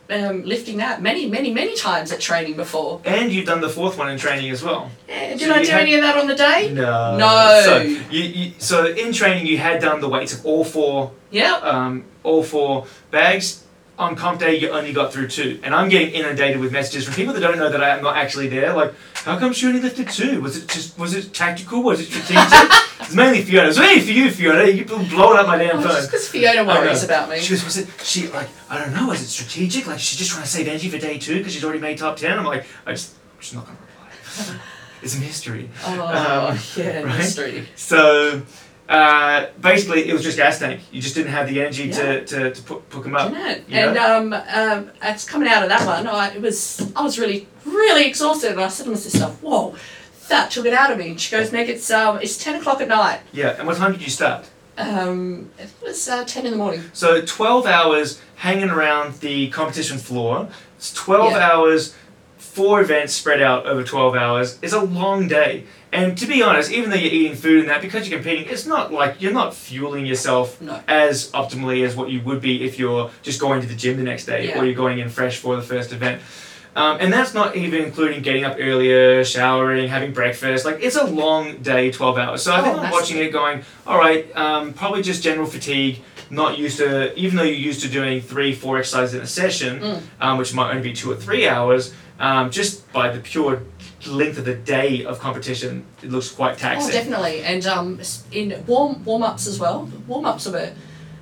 [SPEAKER 3] Um, lifting that many, many, many times at training before.
[SPEAKER 1] And you've done the fourth one in training as well.
[SPEAKER 3] Eh, Did
[SPEAKER 1] So
[SPEAKER 3] I
[SPEAKER 1] you
[SPEAKER 3] do
[SPEAKER 1] had-
[SPEAKER 3] any of that on the day?
[SPEAKER 1] No.
[SPEAKER 3] No.
[SPEAKER 1] So you, you so in training you had done the weights of all four
[SPEAKER 3] Yep.
[SPEAKER 1] um, all four bags. On comp day, you only got through two, and I'm getting inundated with messages from people that don't know that I am not actually there. Like, how come she only lifted two? Was it just was it tactical? Was it strategic? It's mainly Fiona. It's mainly for you, Fiona. You blowing up my damn
[SPEAKER 3] Oh,
[SPEAKER 1] phone.
[SPEAKER 3] just because
[SPEAKER 1] I
[SPEAKER 3] Fiona worries
[SPEAKER 1] know.
[SPEAKER 3] about me.
[SPEAKER 1] She was, was it, she like, I don't know, is it strategic? Like, she's just trying to save Angie for day two because she's already made top ten. I'm like, I just, she's not gonna reply. it's a mystery.
[SPEAKER 3] Oh,
[SPEAKER 1] Um,
[SPEAKER 3] yeah,
[SPEAKER 1] right?
[SPEAKER 3] mystery.
[SPEAKER 1] So, uh, basically, it was just gas tank. You just didn't have the energy
[SPEAKER 3] Yeah.
[SPEAKER 1] to, to, to put, put them up.
[SPEAKER 3] Mad.
[SPEAKER 1] Uh, yeah.
[SPEAKER 3] And um, um, it's coming out of that one. I it was I was really really exhausted, and I said to my sister, "Whoa, that took it out of me." And she goes, "Nick, it's um, it's ten o'clock at night.
[SPEAKER 1] Yeah. And what time did you start?
[SPEAKER 3] Um, it was uh, ten in the morning."
[SPEAKER 1] So twelve hours hanging around the competition floor. It's twelve
[SPEAKER 3] Yeah.
[SPEAKER 1] hours, four events spread out over twelve hours. It's a long day. And to be honest, even though you're eating food and that, because you're competing, it's not like you're not fueling yourself
[SPEAKER 3] No.
[SPEAKER 1] as optimally as what you would be if you're just going to the gym the next day
[SPEAKER 3] Yeah.
[SPEAKER 1] or you're going in fresh for the first event. Um, and that's not even including getting up earlier, showering, having breakfast. Like it's a long day, twelve hours. So I think
[SPEAKER 3] Oh,
[SPEAKER 1] I'm
[SPEAKER 3] massively.
[SPEAKER 1] watching it going, all right, um, probably just general fatigue. Not used to, even though you're used to doing three, four exercises in a session,
[SPEAKER 3] Mm.
[SPEAKER 1] um, which might only be two or three hours. Um, just by the pure length of the day of competition, it looks quite
[SPEAKER 3] Oh,
[SPEAKER 1] taxing.
[SPEAKER 3] definitely. And um, s- in warm warm ups as well. Warm ups were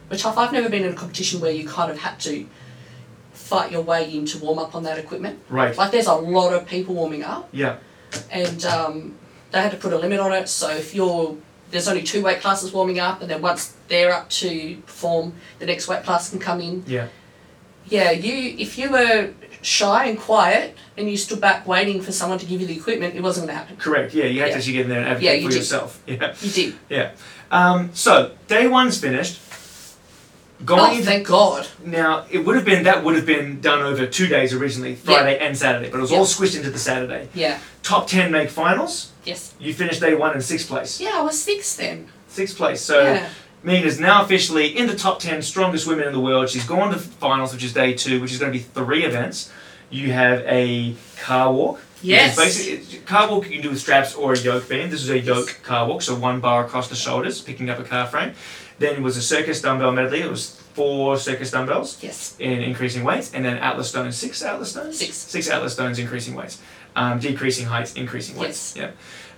[SPEAKER 3] were tough. I've never been in a competition where you kind of had to fight your way in to warm up on that equipment.
[SPEAKER 1] right.
[SPEAKER 3] Like there's a lot of people warming up.
[SPEAKER 1] Yeah.
[SPEAKER 3] and um, they had to put a limit on it. So if you're there's only two weight classes warming up, and then once they're up to perform, the next weight class can come in.
[SPEAKER 1] Yeah.
[SPEAKER 3] Yeah, you if you were shy and quiet and you stood back waiting for someone to give you the equipment, it wasn't going to happen.
[SPEAKER 1] Correct. Yeah. You had to
[SPEAKER 3] Yeah.
[SPEAKER 1] actually get in there and
[SPEAKER 3] Yeah,
[SPEAKER 1] advocate
[SPEAKER 3] you
[SPEAKER 1] for
[SPEAKER 3] did.
[SPEAKER 1] yourself. Yeah.
[SPEAKER 3] You did.
[SPEAKER 1] Yeah. Um, so day one's finished. Going
[SPEAKER 3] Oh,
[SPEAKER 1] into
[SPEAKER 3] thank God.
[SPEAKER 1] Now it would have been that would have been done over two days originally, Friday and Saturday, but it was all
[SPEAKER 3] Yeah.
[SPEAKER 1] squished into the Saturday.
[SPEAKER 3] Yeah.
[SPEAKER 1] Top ten make finals.
[SPEAKER 3] Yes.
[SPEAKER 1] You finished day one in sixth place.
[SPEAKER 3] Yeah, I was six then.
[SPEAKER 1] Sixth place. So
[SPEAKER 3] yeah.
[SPEAKER 1] Megan is now officially in the top ten strongest women in the world. She's gone to the finals, which is day two, which is going to be three events. You have a car walk. which is
[SPEAKER 3] Yes.
[SPEAKER 1] Basically, it's- car walk you can do with straps or a yoke band. This is a yoke car walk, so one bar across the shoulders, picking up a car frame. Then it was a circus dumbbell medley. It was four circus dumbbells
[SPEAKER 3] Yes.
[SPEAKER 1] in increasing weights, and then Atlas Stones, six Atlas Stones?
[SPEAKER 3] Six.
[SPEAKER 1] Six Atlas Stones, increasing weights. Um, decreasing heights, increasing weights. Yeah.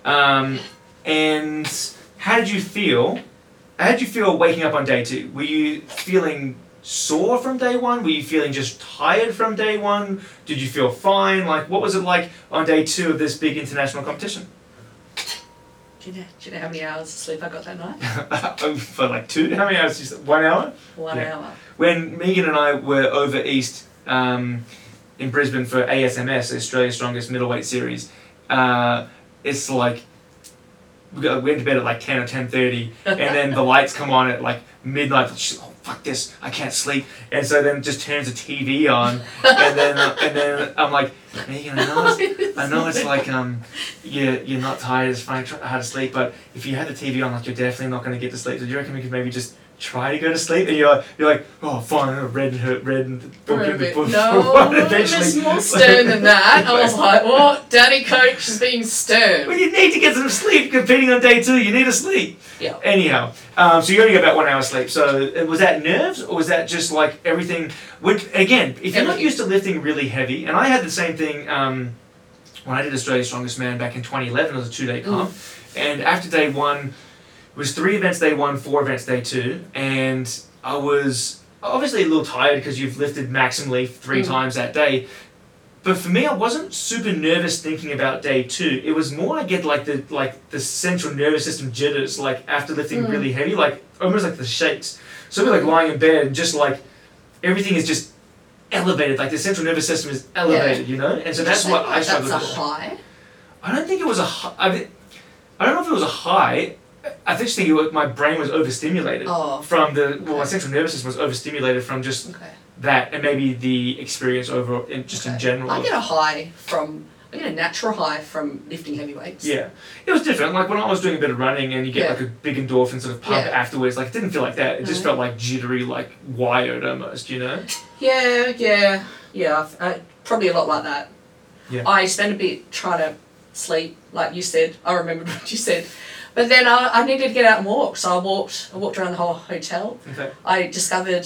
[SPEAKER 1] Um, and how did you feel? How did you feel waking up on day two? Were you feeling sore from day one? Were you feeling just tired from day one? Did you feel fine? Like, what was it like on day two of this big international competition?
[SPEAKER 3] Do you, know, do you know how many hours of sleep I got that night?
[SPEAKER 1] For like two? How many hours? Just one hour?
[SPEAKER 3] One
[SPEAKER 1] Yeah.
[SPEAKER 3] hour.
[SPEAKER 1] when Megan and I were over east um, in Brisbane for ASMS, Australia's Strongest Middleweight Series, uh, it's like we, got, we went to bed at like ten or ten thirty, and then the lights come on at like midnight. She's like, oh fuck this, I can't sleep, and so then just turns the TV on, and then and then I'm like, Megan, I know it's, I know it's like um, you're you're not tired, it's fine, try hard to sleep, but if you had the TV on, like you're definitely not gonna get to sleep. So do you reckon we could maybe just try to go to sleep? And you're you're like, oh fine, I'm red and hurt, red and
[SPEAKER 3] For
[SPEAKER 1] book
[SPEAKER 3] a
[SPEAKER 1] and the
[SPEAKER 3] bit.
[SPEAKER 1] book.
[SPEAKER 3] No, it was
[SPEAKER 1] eventually-
[SPEAKER 3] more stern than that. I was like, what? Daddy Coach is being
[SPEAKER 1] Well,
[SPEAKER 3] stern.
[SPEAKER 1] you need to get some sleep. Competing on day two, you need to sleep.
[SPEAKER 3] Yeah.
[SPEAKER 1] Anyhow, um, so you only got about one hour sleep. So uh, was that nerves, or was that just like everything? Which again, if you're not
[SPEAKER 3] Everything.
[SPEAKER 1] used to lifting really heavy, and I had the same thing um, when I did Australia's Strongest Man back in 2011. It was a two-day comp, and after day one, it was three events day one, four events day two, and I was obviously a little tired because you've lifted maximally three
[SPEAKER 3] Mm.
[SPEAKER 1] times that day. But for me, I wasn't super nervous thinking about day two. It was more I get like the like the central nervous system jitters, like after lifting
[SPEAKER 3] Mm.
[SPEAKER 1] really heavy, like almost like the shakes. So we're like lying in bed and just like everything is just elevated. Like the central nervous system is elevated, you know. And so that's
[SPEAKER 3] Just
[SPEAKER 1] what
[SPEAKER 3] like,
[SPEAKER 1] I struggled
[SPEAKER 3] That's
[SPEAKER 1] with.
[SPEAKER 3] a high.
[SPEAKER 1] I don't think it was a hi- I mean, I don't know if it was a high. I just think it was, my brain was overstimulated
[SPEAKER 3] Oh,
[SPEAKER 1] from the well, my central nervous system was overstimulated from just
[SPEAKER 3] okay.
[SPEAKER 1] that, and maybe the experience overall, in, just in
[SPEAKER 3] okay.
[SPEAKER 1] general.
[SPEAKER 3] I get a high from. I get a natural high from lifting heavy weights.
[SPEAKER 1] Yeah, it was different. Like when I was doing a bit of running, and you get
[SPEAKER 3] Yeah.
[SPEAKER 1] like a big endorphin sort of pump
[SPEAKER 3] Yeah. Mm-hmm.
[SPEAKER 1] afterwards. Like it didn't feel like that. It just
[SPEAKER 3] No.
[SPEAKER 1] felt like jittery, like wired almost. You know.
[SPEAKER 3] Yeah, yeah, yeah. I've, uh, probably a lot like that.
[SPEAKER 1] Yeah.
[SPEAKER 3] I spent a bit trying to sleep, like you said. I remembered what you said, but then I, I needed to get out and walk, so I walked. I walked around the whole hotel.
[SPEAKER 1] Okay.
[SPEAKER 3] I discovered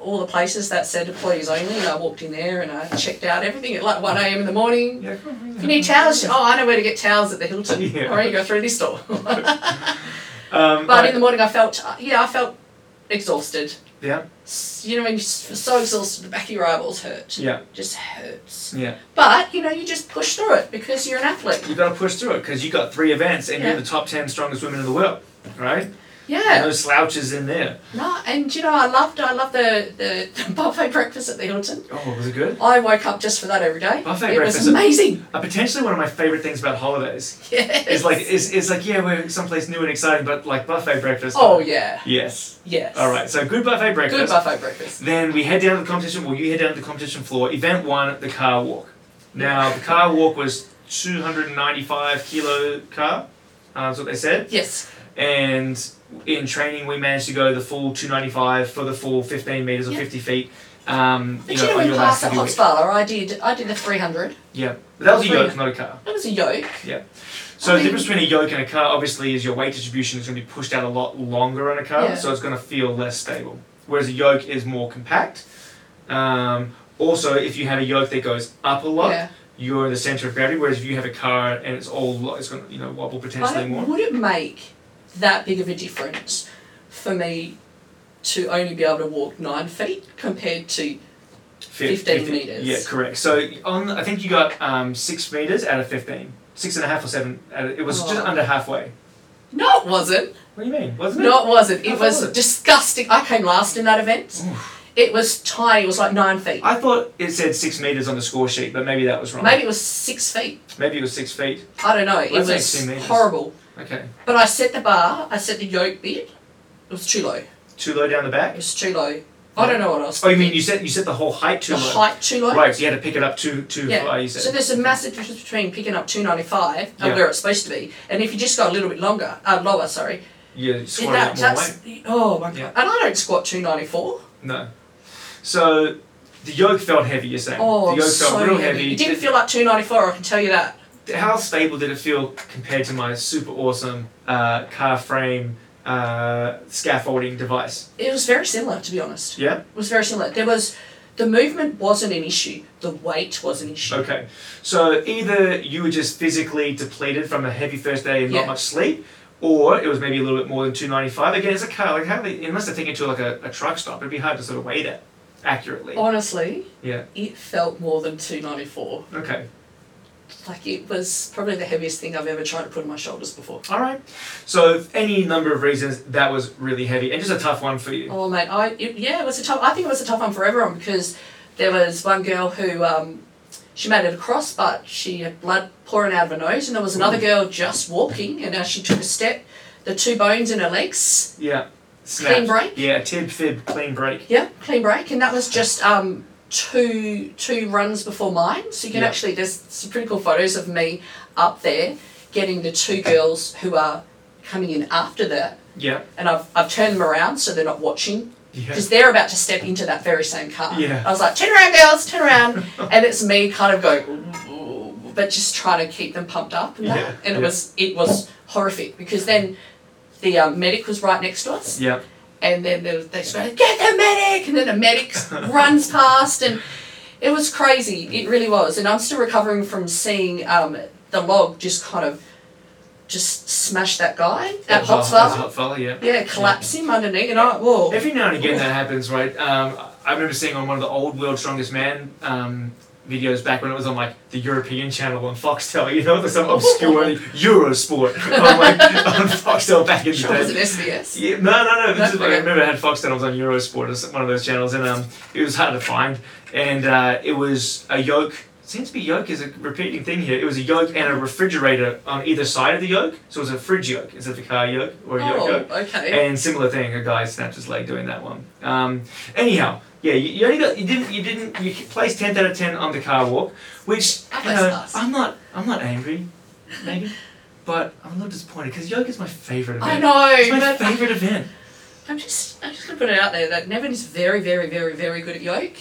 [SPEAKER 3] all the places that said employees only, and I walked in there and I checked out everything at like one a.m. in the morning.
[SPEAKER 1] Yeah.
[SPEAKER 3] If you need towels, oh, I know where to get towels at the Hilton.
[SPEAKER 1] Yeah.
[SPEAKER 3] All right, you go through this door.
[SPEAKER 1] Um,
[SPEAKER 3] But
[SPEAKER 1] I-
[SPEAKER 3] in the morning, I felt uh, yeah, I felt exhausted.
[SPEAKER 1] yeah,
[SPEAKER 3] S- You know, when you're s- so exhausted, the back of your eyeballs hurt.
[SPEAKER 1] yeah,
[SPEAKER 3] Just hurts.
[SPEAKER 1] yeah.
[SPEAKER 3] But you know, you just push through it because you're an athlete.
[SPEAKER 1] You've got to push through it because you got three events and you're
[SPEAKER 3] Yeah.
[SPEAKER 1] the top ten strongest women in the world, right?
[SPEAKER 3] Yeah.
[SPEAKER 1] No slouches in there.
[SPEAKER 3] No, and you know, I loved I loved the, the, the buffet breakfast at the Hilton.
[SPEAKER 1] Oh, was it good?
[SPEAKER 3] I woke up just for that every day.
[SPEAKER 1] Buffet
[SPEAKER 3] it
[SPEAKER 1] breakfast
[SPEAKER 3] was
[SPEAKER 1] at-
[SPEAKER 3] amazing.
[SPEAKER 1] Uh, potentially one of my favorite things about holidays
[SPEAKER 3] Yes.
[SPEAKER 1] is like is, is like yeah we're someplace new and exciting but like buffet breakfast.
[SPEAKER 3] Oh yeah.
[SPEAKER 1] Yes.
[SPEAKER 3] Yes.
[SPEAKER 1] All right. So good buffet breakfast.
[SPEAKER 3] Good buffet breakfast.
[SPEAKER 1] Then we head down to the competition. Well, you head down to the competition floor. Event one, the car walk. Now the car walk was 295 kilo car. Uh, that's what they said.
[SPEAKER 3] Yes.
[SPEAKER 1] And in training, we managed to go the full 295 for the full 15 meters or
[SPEAKER 3] Yeah.
[SPEAKER 1] 50 feet. Um, you
[SPEAKER 3] But you
[SPEAKER 1] know,
[SPEAKER 3] know,
[SPEAKER 1] on
[SPEAKER 3] in
[SPEAKER 1] your
[SPEAKER 3] class
[SPEAKER 1] last
[SPEAKER 3] at
[SPEAKER 1] heavy weight.
[SPEAKER 3] Hotsfather, I did I did the three hundred.
[SPEAKER 1] Yeah, but that was a
[SPEAKER 3] Free.
[SPEAKER 1] yoke, not a car.
[SPEAKER 3] That was a yoke.
[SPEAKER 1] So
[SPEAKER 3] I
[SPEAKER 1] the
[SPEAKER 3] mean-
[SPEAKER 1] difference between a yoke and a car, obviously, is your weight distribution is going to be pushed out a lot longer on a car,
[SPEAKER 3] Yeah.
[SPEAKER 1] so it's going to feel less stable. Whereas a yoke is more compact. Um, also, if you have a yoke that goes up a lot,
[SPEAKER 3] Yeah.
[SPEAKER 1] you're in the center of gravity. Whereas if you have a car and it's all, lo- it's going to you know wobble potentially
[SPEAKER 3] But
[SPEAKER 1] more.
[SPEAKER 3] would it make that big of a difference for me to only be able to walk nine feet compared to
[SPEAKER 1] Fif-
[SPEAKER 3] 15 meters.
[SPEAKER 1] Yeah, correct. So on, I think you got um, six meters out of fifteen. Six and a half or seven. Out of, it was just
[SPEAKER 3] Oh.
[SPEAKER 1] under halfway.
[SPEAKER 3] No it wasn't.
[SPEAKER 1] What do you mean? Wasn't it?
[SPEAKER 3] No, it wasn't.
[SPEAKER 1] I
[SPEAKER 3] It was
[SPEAKER 1] thought it-
[SPEAKER 3] disgusting. I came last in that event. It was tiny. It was like nine feet.
[SPEAKER 1] I thought it said six meters on the score sheet, but maybe that was wrong.
[SPEAKER 3] Maybe it was six feet.
[SPEAKER 1] Maybe it was six feet.
[SPEAKER 3] I don't know. It
[SPEAKER 1] Well, that's
[SPEAKER 3] was
[SPEAKER 1] 18 metres.
[SPEAKER 3] horrible.
[SPEAKER 1] Okay.
[SPEAKER 3] But I set the bar. I set the yoke bit. It was too low. It
[SPEAKER 1] Too low down the back.
[SPEAKER 3] was too low. I don't know what else.
[SPEAKER 1] Oh, you mean you set you set the whole height too
[SPEAKER 3] the
[SPEAKER 1] low?
[SPEAKER 3] height too low?
[SPEAKER 1] Right, so you had to pick it up too too
[SPEAKER 3] Yeah.
[SPEAKER 1] high. You
[SPEAKER 3] So
[SPEAKER 1] said.
[SPEAKER 3] there's a massive difference between picking up 295 and
[SPEAKER 1] Yeah.
[SPEAKER 3] where it's supposed to be, and if you just go a little bit longer, uh, lower, sorry.
[SPEAKER 1] you
[SPEAKER 3] See,
[SPEAKER 1] squatted
[SPEAKER 3] that,
[SPEAKER 1] it more
[SPEAKER 3] that's
[SPEAKER 1] weight.
[SPEAKER 3] oh my god.
[SPEAKER 1] Yeah.
[SPEAKER 3] And I don't squat 294.
[SPEAKER 1] No. So the yoke felt heavy. You're saying.
[SPEAKER 3] Oh,
[SPEAKER 1] the yoke
[SPEAKER 3] so
[SPEAKER 1] felt real
[SPEAKER 3] heavy.
[SPEAKER 1] heavy.
[SPEAKER 3] It didn't feel like 294. I can tell you that.
[SPEAKER 1] How stable did it feel compared to my super awesome uh, car frame uh, scaffolding device?
[SPEAKER 3] It was very similar, to be honest.
[SPEAKER 1] Yeah.
[SPEAKER 3] It was very similar. There was the movement wasn't an issue. The weight was an issue.
[SPEAKER 1] Okay. So either you were just physically depleted from a heavy first day and not
[SPEAKER 3] Yeah.
[SPEAKER 1] much sleep, or it was maybe a little bit more than two ninety five. Again, it's a car. Like how they, unless they're taking it to like a, a truck stop, it'd be hard to sort of weigh that accurately.
[SPEAKER 3] Honestly,
[SPEAKER 1] Yeah.
[SPEAKER 3] it felt more than two ninety four.
[SPEAKER 1] Okay.
[SPEAKER 3] Like it was probably the heaviest thing I've ever tried to put on my shoulders before.
[SPEAKER 1] All right. So if any number of reasons that was really heavy and just a tough one for you.
[SPEAKER 3] Oh mate, I it, yeah, it was a tough. I think it was a tough one for everyone because there was one girl who um, she made it across, but she had blood pouring out of her nose, and there was another girl just walking, and as she took a step, the two bones in her legs
[SPEAKER 1] Yeah.
[SPEAKER 3] Clean break?
[SPEAKER 1] Yeah. Tib fib clean break.
[SPEAKER 3] Yeah, clean break, and that was just um, two two runs before mine. So you can
[SPEAKER 1] Yeah.
[SPEAKER 3] actually there's some pretty cool photos of me up there getting the two girls who are coming in after that,
[SPEAKER 1] Yeah.
[SPEAKER 3] and I've I've turned them around so they're not watching
[SPEAKER 1] Yeah.
[SPEAKER 3] because they're about to step into that very same car.
[SPEAKER 1] Yeah.
[SPEAKER 3] I was like, turn around, girls, turn around, and it's me kind of going, "Ooh, ooh," but just trying to keep them pumped up. And, that.
[SPEAKER 1] Yeah,
[SPEAKER 3] and it
[SPEAKER 1] yeah.
[SPEAKER 3] was it was horrific because then. The um, medic was right next to us,
[SPEAKER 1] Yeah.
[SPEAKER 3] and then they, they started, get the medic! And then a medic runs past, and it was crazy. It really was. And I'm still recovering from seeing um, the log just kind of just smash that guy at
[SPEAKER 1] That's a-
[SPEAKER 3] Hot
[SPEAKER 1] that's a hot fella. Yeah.
[SPEAKER 3] Yeah, collapse him underneath, and I, whoa.
[SPEAKER 1] Every now and again that happens, right? Um, I remember seeing on one of the old World Strongest Man um, videos back when it was on like the European channel on Foxtel, you know, there's some obscure Eurosport on, like, on Foxtel back in the
[SPEAKER 3] Sure, was it
[SPEAKER 1] day.
[SPEAKER 3] SBS?
[SPEAKER 1] Yeah, no, no, no. This is, like, I
[SPEAKER 3] Okay.
[SPEAKER 1] remember I had Foxtel. I was on Eurosport, it was one of those channels, and um, it was hard to find. And uh, it was a yoke. Seems to be yoke is a repeating thing here. It was a yoke and a refrigerator on either side of the yoke, so it was a fridge yoke instead of a car yoke or a yoke yoke.
[SPEAKER 3] Oh, okay.
[SPEAKER 1] And similar thing, a guy snapped his leg doing that one. Um, anyhow, yeah, you, you only got you didn't you didn't you placed tenth out of ten on the car walk, which
[SPEAKER 3] I
[SPEAKER 1] you know,
[SPEAKER 3] placed last.
[SPEAKER 1] I'm not I'm not angry, maybe, but I'm a little disappointed because yoga is my favorite event.
[SPEAKER 3] I know,
[SPEAKER 1] It's my
[SPEAKER 3] but
[SPEAKER 1] favorite event.
[SPEAKER 3] I'm just, I'm just gonna put it out there that Nevin is very, very, very, very good at yoke,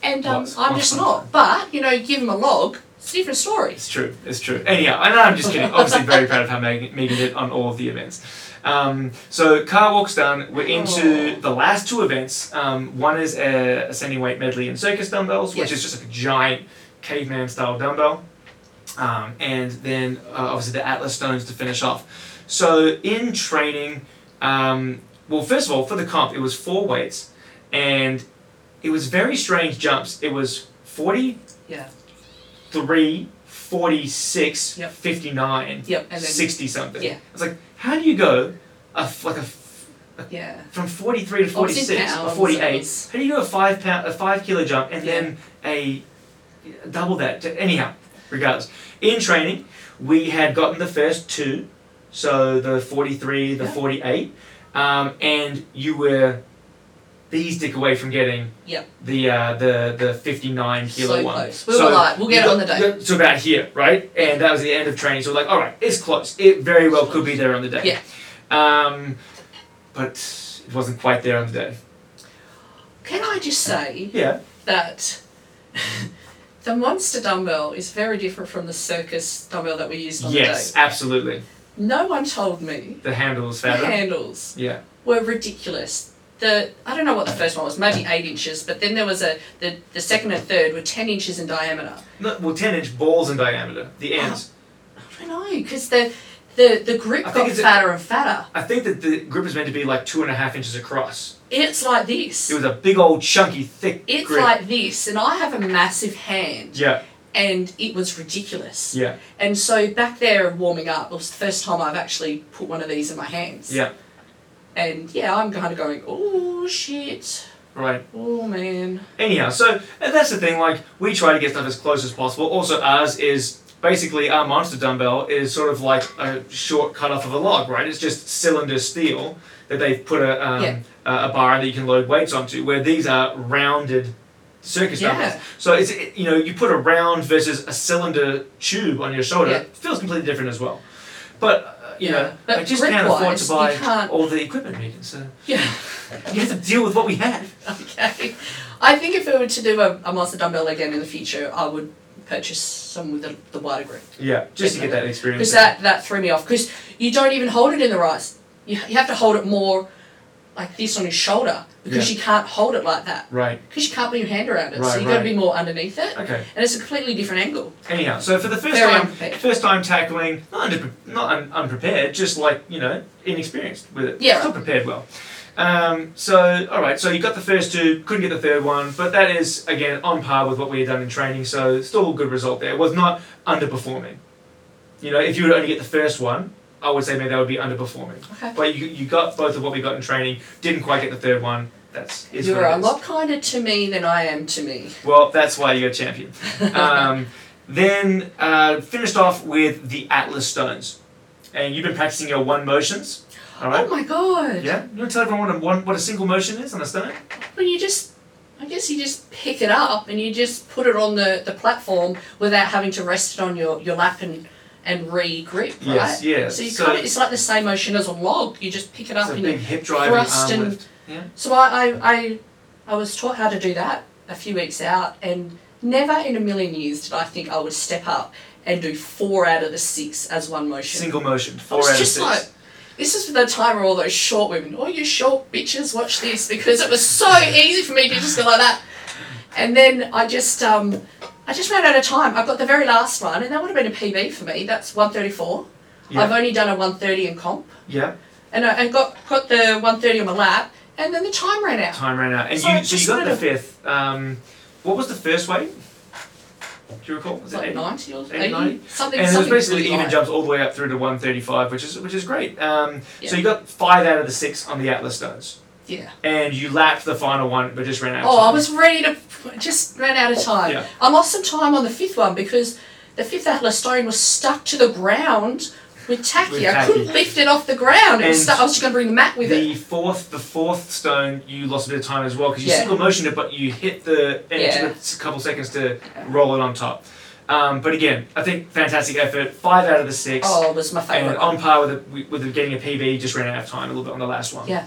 [SPEAKER 3] and um,
[SPEAKER 1] Was.
[SPEAKER 3] I'm just not. But you know, you give him a log, it's a different story.
[SPEAKER 1] It's true. It's true. Anyhow, and I'm just kidding. Obviously, very proud of how Megan, Megan did on all of the events. Um, so car walks done. We're into
[SPEAKER 3] Oh.
[SPEAKER 1] the last two events. Um, one is uh, ascending weight medley and circus dumbbells, which
[SPEAKER 3] Yes.
[SPEAKER 1] is just like a giant caveman style dumbbell. um, and then uh, obviously the Atlas stones to finish off. So in training, um, well, first of all, for the comp, it was four weights, and it was very strange jumps. It was 40,
[SPEAKER 3] Yeah.
[SPEAKER 1] 3, 46,
[SPEAKER 3] Yep.
[SPEAKER 1] 59,
[SPEAKER 3] Yep. And then
[SPEAKER 1] 60 something.
[SPEAKER 3] Yeah.
[SPEAKER 1] It's like, how do you go a, f- like a, f-
[SPEAKER 3] yeah.
[SPEAKER 1] from 43 to
[SPEAKER 3] Oh, it's in
[SPEAKER 1] 46 or
[SPEAKER 3] pounds,
[SPEAKER 1] 48?
[SPEAKER 3] it's-
[SPEAKER 1] How do you do a five pound, a five kilo jump and
[SPEAKER 3] Yeah.
[SPEAKER 1] then a double that? Anyhow, regardless. In training, we had gotten the first two, so the forty-three, the
[SPEAKER 3] Yeah.
[SPEAKER 1] forty-eight, um, and you were these dick away from getting
[SPEAKER 3] Yep.
[SPEAKER 1] the uh, the the fifty-nine kilo
[SPEAKER 3] so
[SPEAKER 1] one.
[SPEAKER 3] close. We were like, we'll get
[SPEAKER 1] you
[SPEAKER 3] it on the
[SPEAKER 1] got-
[SPEAKER 3] day.
[SPEAKER 1] you got To about here, right? And that was the end of training. So we're like, all right, it's close. It very well could be there on the day.
[SPEAKER 3] Yeah.
[SPEAKER 1] Um, but it wasn't quite there on the day.
[SPEAKER 3] Can I just say
[SPEAKER 1] Yeah.
[SPEAKER 3] that the monster dumbbell is very different from the circus dumbbell that we used on
[SPEAKER 1] Yes, absolutely.
[SPEAKER 3] the day? No one told me
[SPEAKER 1] The handle is
[SPEAKER 3] the
[SPEAKER 1] fatter.
[SPEAKER 3] handles
[SPEAKER 1] Yeah.
[SPEAKER 3] were ridiculous. The I don't know what the first one was, maybe eight inches, but then there was a the, the second and third were ten inches in diameter.
[SPEAKER 1] No, well, ten inch balls in diameter. The ends.
[SPEAKER 3] I don't know because the the the grip
[SPEAKER 1] I think
[SPEAKER 3] got
[SPEAKER 1] it's a-
[SPEAKER 3] fatter and fatter.
[SPEAKER 1] I think that the grip is meant to be like two and a half inches across.
[SPEAKER 3] It's like this.
[SPEAKER 1] It was a big old chunky thick
[SPEAKER 3] it's
[SPEAKER 1] grip.
[SPEAKER 3] like this, and I have a massive hand,
[SPEAKER 1] yeah,
[SPEAKER 3] and it was ridiculous.
[SPEAKER 1] yeah,
[SPEAKER 3] And so back there warming up it was the first time I've actually put one of these in my hands.
[SPEAKER 1] yeah.
[SPEAKER 3] And yeah, I'm kind of going, oh shit,
[SPEAKER 1] Right.
[SPEAKER 3] oh man.
[SPEAKER 1] Anyhow, so and that's the thing. Like we try to get stuff as close as possible. Also, ours is basically our monster dumbbell is sort of like a short cut off of a log, right? It's just cylinder steel that they've put a um,
[SPEAKER 3] Yeah.
[SPEAKER 1] a a bar that you can load weights onto. Where these are rounded circus
[SPEAKER 3] Yeah.
[SPEAKER 1] dumbbells. So it's it, you know you put a round versus a cylinder tube on your shoulder.
[SPEAKER 3] Yeah.
[SPEAKER 1] It feels completely different as well. But uh, you
[SPEAKER 3] Yeah.
[SPEAKER 1] know
[SPEAKER 3] But
[SPEAKER 1] I just can't afford to
[SPEAKER 3] grip-wise, you
[SPEAKER 1] buy
[SPEAKER 3] can't-
[SPEAKER 1] all the equipment needed. So
[SPEAKER 3] Yeah.
[SPEAKER 1] you have to deal with what we have.
[SPEAKER 3] Okay. I think if we were to do a, a monster dumbbell again in the future, I would purchase some with the, the wider grip.
[SPEAKER 1] Yeah, just to get that experience.
[SPEAKER 3] Because that, that threw me off. Because you don't even hold it in the right. s- You, you have to hold it more like this on your shoulder because you can't hold it like that.
[SPEAKER 1] Right.
[SPEAKER 3] Because you can't put your hand around it.
[SPEAKER 1] Right,
[SPEAKER 3] so you've got
[SPEAKER 1] right.
[SPEAKER 3] to be more underneath it.
[SPEAKER 1] Okay.
[SPEAKER 3] And it's a completely different angle.
[SPEAKER 1] Anyhow, so for the first
[SPEAKER 3] Very
[SPEAKER 1] time,
[SPEAKER 3] unprepared.
[SPEAKER 1] first time tackling, not under, not un, unprepared, just like you know, inexperienced with it.
[SPEAKER 3] Yeah.
[SPEAKER 1] Still prepared well. Um, so all right, so you got the first two, couldn't get the third one, but that is again on par with what we had done in training, so still a good result there. It was not underperforming. You know, if you would only get the first one, I would say maybe that would be underperforming.
[SPEAKER 3] Okay.
[SPEAKER 1] But you, you got both of what we got in training, didn't quite get the third one. That's is
[SPEAKER 3] You're
[SPEAKER 1] what it
[SPEAKER 3] a
[SPEAKER 1] is.
[SPEAKER 3] lot kinder to me than I am to me.
[SPEAKER 1] Well, that's why you're a champion. Um, then uh, finished off with the Atlas Stones, and you've been practicing your one motions. All
[SPEAKER 3] Oh
[SPEAKER 1] right.
[SPEAKER 3] my god.
[SPEAKER 1] Yeah. You want to tell everyone what a, one, what a single motion is on a stone?
[SPEAKER 3] Well, you just, I guess you just pick it up and you just put it on the, the platform without having to rest it on your, your lap and, and re grip, right?
[SPEAKER 1] Yes, yes.
[SPEAKER 3] So you
[SPEAKER 1] So-
[SPEAKER 3] kind of, it's like the same motion as a log. You just pick it up
[SPEAKER 1] It's a
[SPEAKER 3] and
[SPEAKER 1] big
[SPEAKER 3] you.
[SPEAKER 1] hip drive
[SPEAKER 3] thrust
[SPEAKER 1] and arm
[SPEAKER 3] and-
[SPEAKER 1] lift. Yeah.
[SPEAKER 3] So I, I, I, I was taught how to do that a few weeks out, and never in a million years did I think I would step up and do four out of the six as one motion.
[SPEAKER 1] Single motion.
[SPEAKER 3] I
[SPEAKER 1] Four
[SPEAKER 3] was
[SPEAKER 1] out of
[SPEAKER 3] just
[SPEAKER 1] six.
[SPEAKER 3] like, this is the time where all those short women, all you short bitches, watch this because it was so easy for me to just go like that. And then I just, um, I just ran out of time. I got the very last one, and that would have been a PB for me. That's one thirty four.
[SPEAKER 1] Yeah.
[SPEAKER 3] I've only done a one thirty in comp,
[SPEAKER 1] yeah.
[SPEAKER 3] and I and got got the one thirty on my lap, and then the time ran out.
[SPEAKER 1] Time ran out, and
[SPEAKER 3] So
[SPEAKER 1] you
[SPEAKER 3] I
[SPEAKER 1] so you
[SPEAKER 3] just
[SPEAKER 1] got the
[SPEAKER 3] wanted
[SPEAKER 1] fifth. Um, what was the first weight? Do you recall? Was
[SPEAKER 3] It's
[SPEAKER 1] it
[SPEAKER 3] like
[SPEAKER 1] eighty?
[SPEAKER 3] ninety or
[SPEAKER 1] 80,
[SPEAKER 3] eighty,
[SPEAKER 1] 90?
[SPEAKER 3] something.
[SPEAKER 1] And it was
[SPEAKER 3] something
[SPEAKER 1] basically
[SPEAKER 3] really
[SPEAKER 1] even
[SPEAKER 3] light.
[SPEAKER 1] jumps all the way up through to 135, which is which is great. Um,
[SPEAKER 3] Yeah.
[SPEAKER 1] So you got five out of the six on the Atlas stones,
[SPEAKER 3] Yeah.
[SPEAKER 1] and you lapped the final one, but just ran out. of
[SPEAKER 3] Oh, I
[SPEAKER 1] time.
[SPEAKER 3] was ready to just ran out of time.
[SPEAKER 1] Yeah.
[SPEAKER 3] I lost some time on the fifth one because the fifth Atlas stone was stuck to the ground with tacky.
[SPEAKER 1] With
[SPEAKER 3] I couldn't
[SPEAKER 1] tacky.
[SPEAKER 3] lift it off the ground. It was
[SPEAKER 1] And
[SPEAKER 3] stuck. I was just going to bring the mat with
[SPEAKER 1] The
[SPEAKER 3] it.
[SPEAKER 1] fourth, the fourth stone, you lost a bit of time as well because you
[SPEAKER 3] Yeah.
[SPEAKER 1] single motioned it, but you hit the and it
[SPEAKER 3] Yeah.
[SPEAKER 1] took a couple seconds to roll it on top. Um, but again, I think fantastic effort. Five out of the six.
[SPEAKER 3] Oh, it was my
[SPEAKER 1] And
[SPEAKER 3] favourite.
[SPEAKER 1] on par with the, with the getting a PB, just ran out of time a little bit on the last one.
[SPEAKER 3] yeah.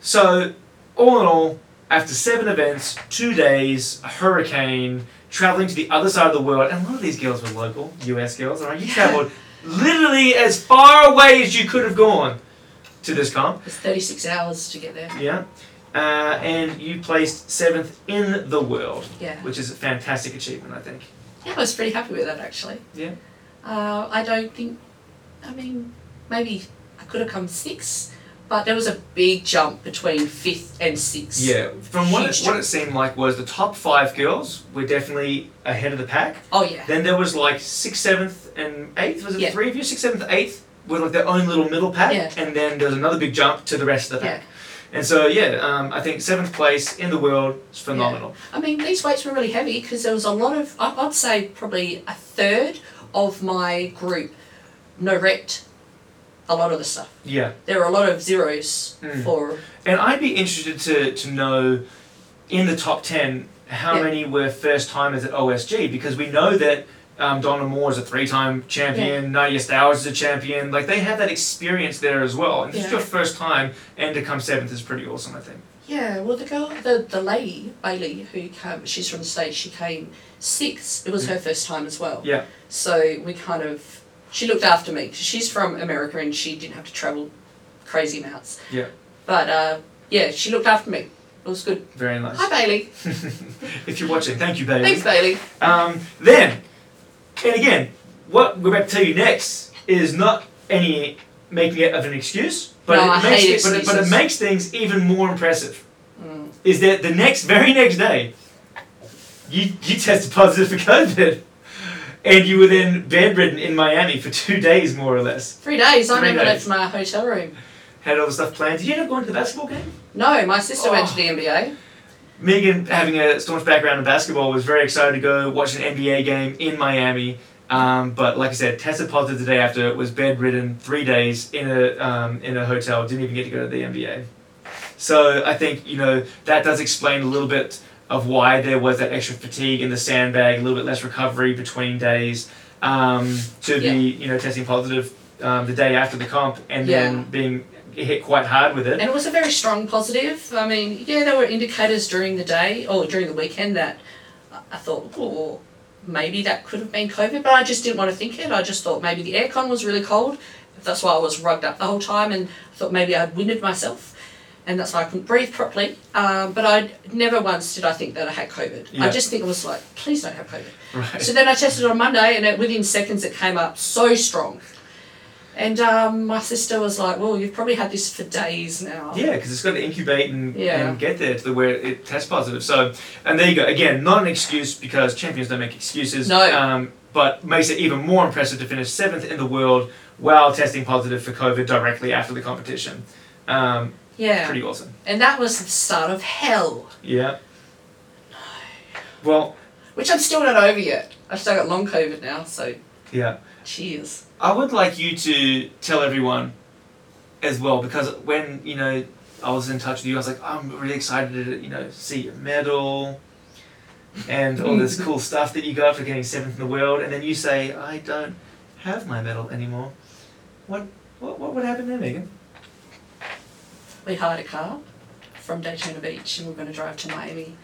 [SPEAKER 1] So, all in all, after seven events, two days, a hurricane, traveling to the other side of the world, and a lot of these girls were local, US girls, alright? You
[SPEAKER 3] Yeah.
[SPEAKER 1] traveled literally as far away as you could have gone to this comp,
[SPEAKER 3] It was 36 hours to get there.
[SPEAKER 1] yeah? Uh, and you placed seventh in the world,
[SPEAKER 3] Yeah.
[SPEAKER 1] which is a fantastic achievement, I think.
[SPEAKER 3] Yeah, I was pretty happy with that actually.
[SPEAKER 1] Yeah.
[SPEAKER 3] Uh, I don't think, I mean, maybe I could have come sixth, but there was a big jump between fifth and sixth.
[SPEAKER 1] Yeah, from what it,
[SPEAKER 3] Huge
[SPEAKER 1] what it seemed like was the top five girls were definitely ahead of the pack.
[SPEAKER 3] Oh, yeah.
[SPEAKER 1] Then there was like sixth, seventh, and eighth. Was it
[SPEAKER 3] Yeah.
[SPEAKER 1] three of you? Sixth, seventh, eighth were like their own little middle pack,
[SPEAKER 3] Yeah.
[SPEAKER 1] and then there was another big jump to the rest of the
[SPEAKER 3] Yeah.
[SPEAKER 1] pack. And so yeah, um, I think seventh place in the world is phenomenal.
[SPEAKER 3] I mean, these weights were really heavy because there was a lot of, I- I'd say probably a third of my group no wrecked a lot of the stuff.
[SPEAKER 1] Yeah,
[SPEAKER 3] There were a lot of zeros
[SPEAKER 1] Mm.
[SPEAKER 3] for,
[SPEAKER 1] and I'd be interested to to know in the top ten how
[SPEAKER 3] Yeah.
[SPEAKER 1] many were first timers at OSG because we know that. Um, Donna Moore is a three-time champion. Nadia Stowers is a champion. Like they have that experience there as well. And if it's
[SPEAKER 3] Yeah.
[SPEAKER 1] your first time, and to come seventh is pretty awesome. I think.
[SPEAKER 3] yeah, well, the girl, the, the lady, Bailey, who came, she's from the States, she came sixth. It was her first time as well.
[SPEAKER 1] Hmm. Yeah.
[SPEAKER 3] So we kind of, she looked after me. 'cause She's from America and she didn't have to travel crazy amounts.
[SPEAKER 1] Yeah.
[SPEAKER 3] But uh, yeah, she looked after me. It was good.
[SPEAKER 1] Very nice.
[SPEAKER 3] Hi, Bailey.
[SPEAKER 1] if you're watching, thank you, Bailey.
[SPEAKER 3] Thanks, Bailey.
[SPEAKER 1] Um, then, and again, what we're about to tell you next is not any making it of an excuse, but,
[SPEAKER 3] No,
[SPEAKER 1] it,
[SPEAKER 3] I
[SPEAKER 1] makes
[SPEAKER 3] hate
[SPEAKER 1] it, but, it, but it
[SPEAKER 3] excuses. Mm.
[SPEAKER 1] makes things even more impressive. Is that the next, very next day, you, you tested positive for COVID, and you were then bedridden in Miami for two days, more or less.
[SPEAKER 3] Three days. I
[SPEAKER 1] Three
[SPEAKER 3] never
[SPEAKER 1] days.
[SPEAKER 3] left my hotel room.
[SPEAKER 1] Had all the stuff planned. Did you end up going to the basketball game?
[SPEAKER 3] No, my sister went
[SPEAKER 1] Oh.
[SPEAKER 3] to the NBA.
[SPEAKER 1] Megan, having a staunch background in basketball, was very excited to go watch an NBA game in Miami. Um, but like I said, tested positive the day after. Was bedridden three days in a um, in a hotel. Didn't even get to go to the NBA. So I think you know that does explain a little bit of why there was that extra fatigue in the sandbag, a little bit less recovery between days. Um, to be you know testing positive um, the day after the comp and
[SPEAKER 3] Yeah.
[SPEAKER 1] then being hit quite hard with it.
[SPEAKER 3] And it was a very strong positive. I mean, yeah, there were indicators during the day or during the weekend that I- I thought, oh, maybe that could have been COVID, but I just didn't want to think it. I just thought maybe the aircon was really cold. That's why I was rugged up the whole time and I thought maybe I'd winded myself and that's why I couldn't breathe properly. Um, but I never once did I think that I had COVID.
[SPEAKER 1] Yeah.
[SPEAKER 3] I just think it was like, please don't have COVID.
[SPEAKER 1] Right.
[SPEAKER 3] So then I tested on Monday, and it, within seconds it came up so strong. And um, my sister was like, "Well, you've probably had this for days now."
[SPEAKER 1] Yeah, because it's got to incubate and,
[SPEAKER 3] Yeah.
[SPEAKER 1] and get there to the where it tests positive. So, and there you go. Again, not an excuse because champions don't make excuses.
[SPEAKER 3] No.
[SPEAKER 1] Um, but makes it even more impressive to finish seventh in the world while testing positive for COVID directly after the competition. Um,
[SPEAKER 3] Yeah.
[SPEAKER 1] Pretty awesome.
[SPEAKER 3] And that was the start of hell,
[SPEAKER 1] Yeah. Well,
[SPEAKER 3] which I'm still not over yet. I've still got long COVID now, so
[SPEAKER 1] yeah.
[SPEAKER 3] cheers.
[SPEAKER 1] I would like you to tell everyone as well because when you know I was in touch with you, I was like, I'm really excited to you know see your medal and all this cool stuff that you got for getting seventh in the world, and then you say, I don't have my medal anymore. What what what would happen there, Megan?
[SPEAKER 3] We hired a car from Daytona Beach, and we're going to drive to Miami.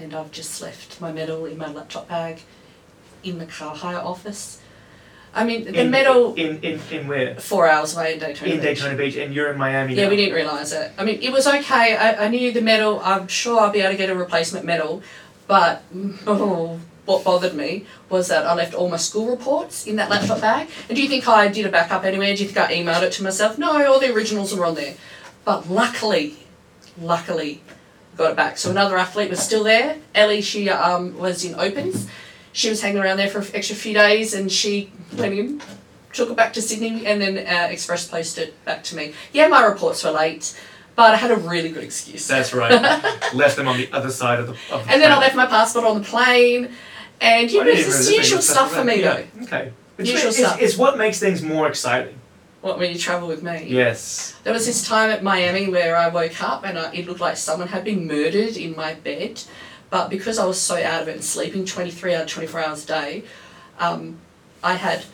[SPEAKER 3] And I've just left my medal in my laptop bag in the car hire office. I mean, the
[SPEAKER 1] in,
[SPEAKER 3] medal
[SPEAKER 1] in in in where
[SPEAKER 3] four hours away in Daytona
[SPEAKER 1] in
[SPEAKER 3] Beach.
[SPEAKER 1] Daytona Beach, and you're in Miami.
[SPEAKER 3] Yeah,
[SPEAKER 1] now.
[SPEAKER 3] we didn't realise it. I mean, it was okay. I, I knew the medal. I'm sure I'll be able to get a replacement medal. But oh, what bothered me was that I left all my school reports in that laptop bag. And do you think I did a backup anywhere? Do you think I emailed it to myself? No, all the originals were on there. But luckily, luckily, got it back. So another athlete was still there. Ellie, she um, was in opens. She was hanging around there for an extra few days and she went in, took it back to Sydney, and then uh, Express posted back to me. Yeah, my reports were late, but I had a really good excuse.
[SPEAKER 1] That's right. Left them on the other side of the. Of the
[SPEAKER 3] and then I
[SPEAKER 1] planet.
[SPEAKER 3] left my passport on the plane, and you
[SPEAKER 1] I
[SPEAKER 3] know,
[SPEAKER 1] didn't
[SPEAKER 3] it's just
[SPEAKER 1] really think
[SPEAKER 3] usual
[SPEAKER 1] of
[SPEAKER 3] stuff for
[SPEAKER 1] like
[SPEAKER 3] me
[SPEAKER 1] that.
[SPEAKER 3] though.
[SPEAKER 1] Yeah, Okay. It's-
[SPEAKER 3] Usual
[SPEAKER 1] it's-
[SPEAKER 3] stuff.
[SPEAKER 1] It's what makes things more exciting.
[SPEAKER 3] What when you travel with me?
[SPEAKER 1] Yes.
[SPEAKER 3] There was this time at Miami where I woke up and I, it looked like someone had been murdered in my bed, but because I was so out of it and sleeping 23 out of 24 hours a day, um, I had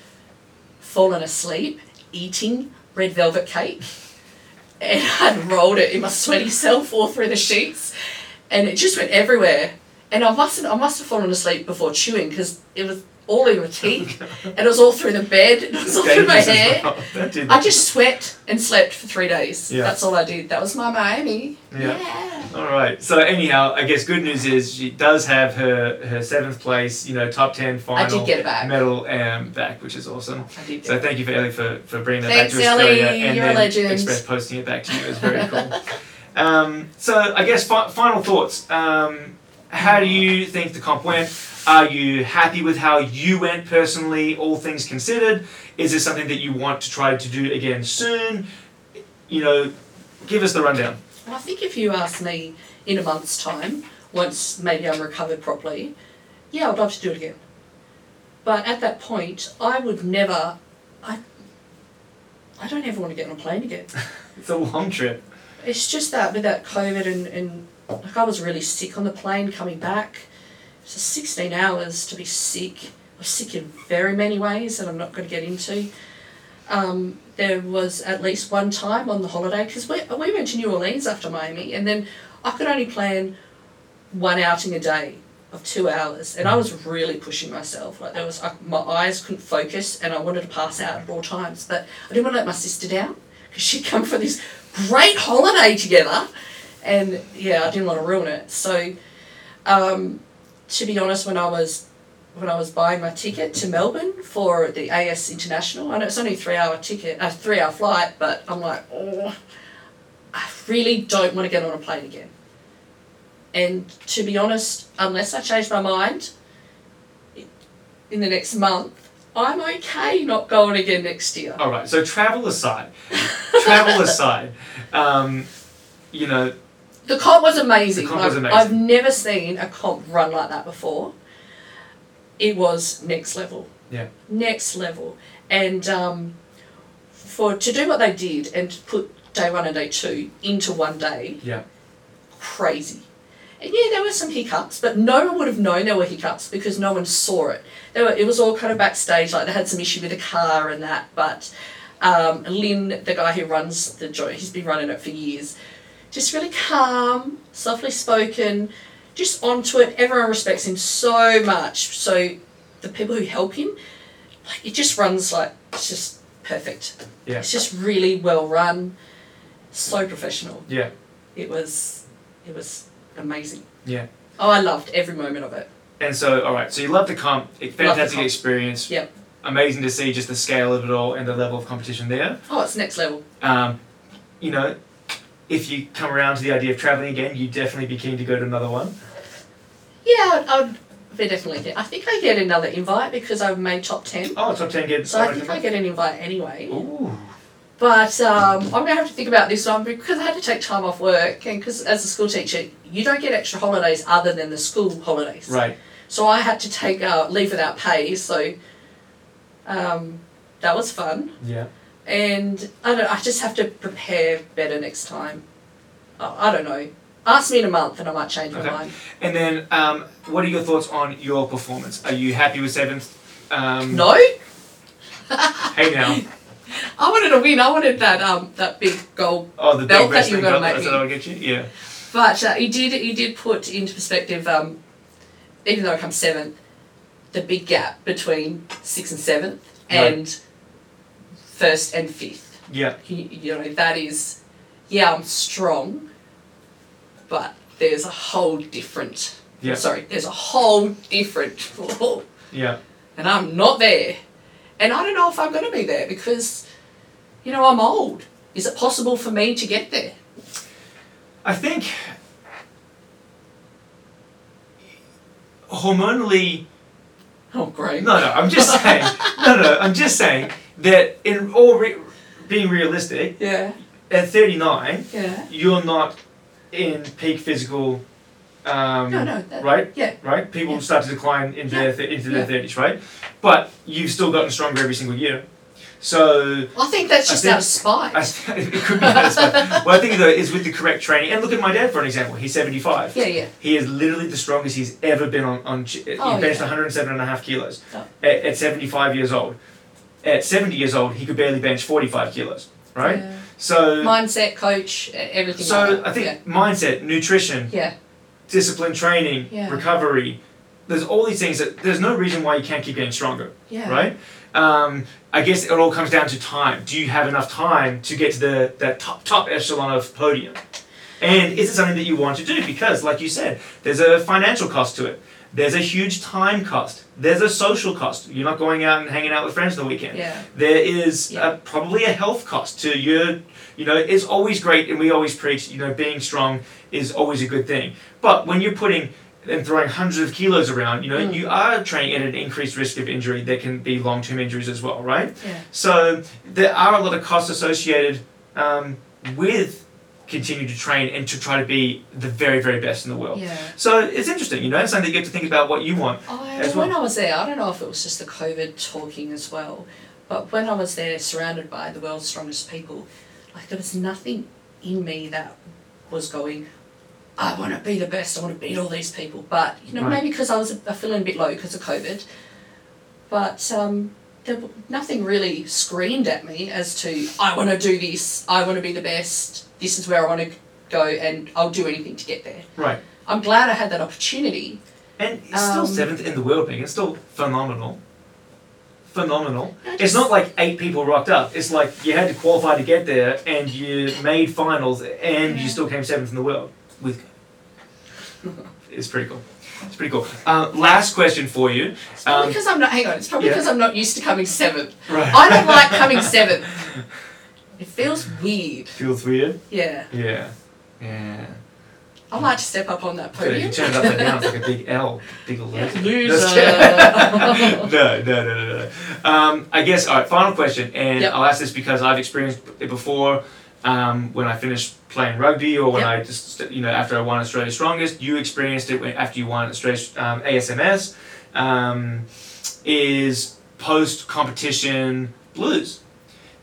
[SPEAKER 3] fallen asleep eating red velvet cake and I'd rolled it in my sweaty self all through the sheets and it just went everywhere. And I mustn't, I must have fallen asleep before chewing because it was all in my teeth, and it was all through the bed, and it was all through my
[SPEAKER 1] Dangerous as
[SPEAKER 3] hair.
[SPEAKER 1] well. That did-
[SPEAKER 3] I just sweat and slept for three days.
[SPEAKER 1] Yeah.
[SPEAKER 3] That's all I did. That was my Miami.
[SPEAKER 1] Yeah.
[SPEAKER 3] yeah.
[SPEAKER 1] All right. So anyhow, I guess good news is she does have her her seventh place, you know, top ten final
[SPEAKER 3] I did get it back.
[SPEAKER 1] medal um, back, which is awesome.
[SPEAKER 3] I did
[SPEAKER 1] So thank you for Ellie for, for bringing that
[SPEAKER 3] Thanks,
[SPEAKER 1] back to Australia
[SPEAKER 3] Ellie.
[SPEAKER 1] and
[SPEAKER 3] You're a
[SPEAKER 1] then
[SPEAKER 3] legend.
[SPEAKER 1] Express posting it back to you. It was very cool. Um, so I guess fi- final thoughts. Um, how do you think the comp went? Are you happy with how you went personally, all things considered? Is this something that you want to try to do again soon? You know, give us the rundown.
[SPEAKER 3] Well, I think if you ask me in a month's time, once maybe I'm recovered properly, yeah, I'd love to do it again. But at that point, I would never. I. I don't ever want to get on a plane again.
[SPEAKER 1] It's a long trip.
[SPEAKER 3] It's just that with that COVID and, and like I was really sick on the plane coming back. So 16 hours to be sick. I was sick in very many ways that I'm not going to get into. Um, there was at least one time on the holiday because we, we went to New Orleans after Miami and then I could only plan one outing a day of two hours and I was really pushing myself. Like there was, I, my eyes couldn't focus and I wanted to pass out at all times but I didn't want to let my sister down because she'd come for this great holiday together and yeah, I didn't want to ruin it. So um, to be honest, when I was when I was buying my ticket to Melbourne for the AS International, I know it's only a three hour ticket, a three hour flight, but I'm like, oh, I really don't want to get on a plane again. And to be honest, unless I change my mind in the next month, I'm okay not going again next year.
[SPEAKER 1] All right. So travel aside, travel aside, um, you know,
[SPEAKER 3] The comp was amazing.
[SPEAKER 1] The comp was
[SPEAKER 3] Like,
[SPEAKER 1] amazing.
[SPEAKER 3] I've never seen a comp run like that before. It was next level.
[SPEAKER 1] Yeah.
[SPEAKER 3] Next level. And um, for to do what they did and to put day one and day two into one day,
[SPEAKER 1] yeah,
[SPEAKER 3] crazy. And yeah, there were some hiccups, but no one would have known there were hiccups because no one saw it. They were, it was all kind of backstage, like they had some issue with a car and that. But um, Lynn, the guy who runs the joint, he's been running it for years, just really calm, softly spoken, just onto it. Everyone respects him so much. So the people who help him, like it just runs like it's just perfect.
[SPEAKER 1] yeah,
[SPEAKER 3] It's just really well run, so professional
[SPEAKER 1] yeah.
[SPEAKER 3] it was it was amazing.
[SPEAKER 1] Yeah.
[SPEAKER 3] Oh, I loved every moment of it.
[SPEAKER 1] And so, all right. So you love the comp. It,
[SPEAKER 3] the
[SPEAKER 1] fantastic
[SPEAKER 3] comp.
[SPEAKER 1] experience.
[SPEAKER 3] Yep.
[SPEAKER 1] Amazing to see just the scale of it all and the level of competition there.
[SPEAKER 3] Oh, it's next level.
[SPEAKER 1] Um, you know, if you come around to the idea of traveling again, you'd definitely be keen to go to another one.
[SPEAKER 3] Yeah, I'd, I'd be definitely get. I think I get another invite because I've made top ten.
[SPEAKER 1] Oh, top ten gets.
[SPEAKER 3] So I think I get an invite anyway.
[SPEAKER 1] Ooh.
[SPEAKER 3] But um, I'm gonna have to think about this one because I had to take time off work and because as a school teacher, you don't get extra holidays other than the school holidays.
[SPEAKER 1] Right.
[SPEAKER 3] So I had to take uh, leave without pay. So um, that was fun.
[SPEAKER 1] Yeah.
[SPEAKER 3] and I don't. I just have to prepare better next time. I, I don't know. Ask me in a month, and I might change my
[SPEAKER 1] Okay.
[SPEAKER 3] mind.
[SPEAKER 1] And then, um, what are your thoughts on your performance? Are you happy with seventh? Um,
[SPEAKER 3] No,
[SPEAKER 1] Hey now.
[SPEAKER 3] I wanted to win. I wanted that um that big goal.
[SPEAKER 1] Oh, the
[SPEAKER 3] Belt
[SPEAKER 1] big
[SPEAKER 3] that you
[SPEAKER 1] wrestling
[SPEAKER 3] were
[SPEAKER 1] belt
[SPEAKER 3] gonna
[SPEAKER 1] that I
[SPEAKER 3] make
[SPEAKER 1] said
[SPEAKER 3] me.
[SPEAKER 1] I would get you. Yeah.
[SPEAKER 3] But uh, he did he did put into perspective. Um, even though I come seventh, the big gap between sixth and seventh,
[SPEAKER 1] Right.
[SPEAKER 3] and first and fifth.
[SPEAKER 1] Yeah.
[SPEAKER 3] You, you know that is, yeah, I'm strong, but there's a whole different.
[SPEAKER 1] Yeah.
[SPEAKER 3] Sorry, there's a whole different.
[SPEAKER 1] Yeah.
[SPEAKER 3] and I'm not there. And I don't know if I'm going to be there because, you know, I'm old. Is it possible for me to get there?
[SPEAKER 1] I think hormonally.
[SPEAKER 3] Oh, great.
[SPEAKER 1] No, no. I'm just saying. no, no. I'm just saying that in all re- being realistic,
[SPEAKER 3] Yeah,
[SPEAKER 1] at 39,
[SPEAKER 3] yeah.
[SPEAKER 1] you're not in peak physical. Um,
[SPEAKER 3] No, no. That,
[SPEAKER 1] Right.
[SPEAKER 3] Yeah,
[SPEAKER 1] Right. People
[SPEAKER 3] Yeah.
[SPEAKER 1] start to decline into their th- into their
[SPEAKER 3] Yeah.
[SPEAKER 1] thirties. Right. But you've still gotten stronger every single year. So
[SPEAKER 3] I think that's
[SPEAKER 1] I
[SPEAKER 3] just
[SPEAKER 1] think-
[SPEAKER 3] out of spite.
[SPEAKER 1] I, it could be that as well. What I think though is with the correct training, and look at my dad for an example. He's seventy five.
[SPEAKER 3] yeah, yeah.
[SPEAKER 1] He is literally the strongest he's ever been on. on he
[SPEAKER 3] Oh,
[SPEAKER 1] benched
[SPEAKER 3] yeah.
[SPEAKER 1] 107 and a half kilos
[SPEAKER 3] Oh.
[SPEAKER 1] at, at 75 years old. At 70 years old, he could barely bench 45 kilos, right?
[SPEAKER 3] Yeah.
[SPEAKER 1] So,
[SPEAKER 3] Mindset, coach, e- everything.
[SPEAKER 1] so
[SPEAKER 3] like that.
[SPEAKER 1] I think mindset, nutrition,
[SPEAKER 3] Yeah.
[SPEAKER 1] discipline, training,
[SPEAKER 3] Yeah.
[SPEAKER 1] recovery, there's all these things that there's no reason why you can't keep getting stronger,
[SPEAKER 3] Yeah.
[SPEAKER 1] right? Um, I guess it all comes down to time. Do you have enough time to get to the that top top echelon of podium? And is it something that you want to do? Because, like you said, there's a financial cost to it. There's a huge time cost. There's a social cost. You're not going out and hanging out with friends the weekend.
[SPEAKER 3] Yeah.
[SPEAKER 1] There is
[SPEAKER 3] Yeah.
[SPEAKER 1] uh probably a health cost to your, you know, it's always great, and we always preach, you know, being strong is always a good thing. But when you're putting and throwing hundreds of kilos around, you know,
[SPEAKER 3] Mm.
[SPEAKER 1] you are training at an increased risk of injury that can be long term injuries as well, right?
[SPEAKER 3] Yeah.
[SPEAKER 1] So there are a lot of costs associated um, with continuing to train and to try to be the very, very best in the world.
[SPEAKER 3] Yeah.
[SPEAKER 1] So it's interesting, you know, it's something that you have to think about what you want.
[SPEAKER 3] I,
[SPEAKER 1] As
[SPEAKER 3] when I was there, I don't know if it was just the COVID talking as well, but when I was there, surrounded by the world's strongest people, like there was nothing in me that was going, I want to be the best, I want to beat all these people. But you know,
[SPEAKER 1] Right.
[SPEAKER 3] maybe because I was I feeling a bit low because of COVID, but um, there, w- nothing really screamed at me as to I want to do this, I want to be the best, this is where I want to go, and I'll do anything to get there.
[SPEAKER 1] Right.
[SPEAKER 3] I'm glad I had that opportunity.
[SPEAKER 1] And it's still
[SPEAKER 3] Um,
[SPEAKER 1] seventh in the world, Megan. It's still phenomenal. Phenomenal.
[SPEAKER 3] I
[SPEAKER 1] It's
[SPEAKER 3] just-
[SPEAKER 1] not like eight people rocked up. It's like you had to qualify to get there and you made finals and you
[SPEAKER 3] Yeah.
[SPEAKER 1] still came seventh in the world. With It's pretty cool. It's pretty cool. Uh, last question for you.
[SPEAKER 3] It's probably
[SPEAKER 1] Um,
[SPEAKER 3] because I'm not. Hang on. It's probably
[SPEAKER 1] yeah.
[SPEAKER 3] because I'm not used to coming seventh.
[SPEAKER 1] Right.
[SPEAKER 3] I don't like coming seventh. It feels weird.
[SPEAKER 1] Feels weird.
[SPEAKER 3] Yeah.
[SPEAKER 1] Yeah. Yeah.
[SPEAKER 3] I might step up on that
[SPEAKER 1] So if
[SPEAKER 3] podium.
[SPEAKER 1] you turn it upside down, it's like a big L, big old
[SPEAKER 3] Yeah,
[SPEAKER 1] L.
[SPEAKER 3] loser.
[SPEAKER 1] no, no, no, no, no. Um, I guess, all right, final question, and
[SPEAKER 3] Yep.
[SPEAKER 1] I'll ask this because I've experienced it before um, when I finished playing rugby or when
[SPEAKER 3] Yep.
[SPEAKER 1] I just, you know, after I won Australia's Strongest. You experienced it when, after you won Australia's um, ASMS, um, is post competition blues.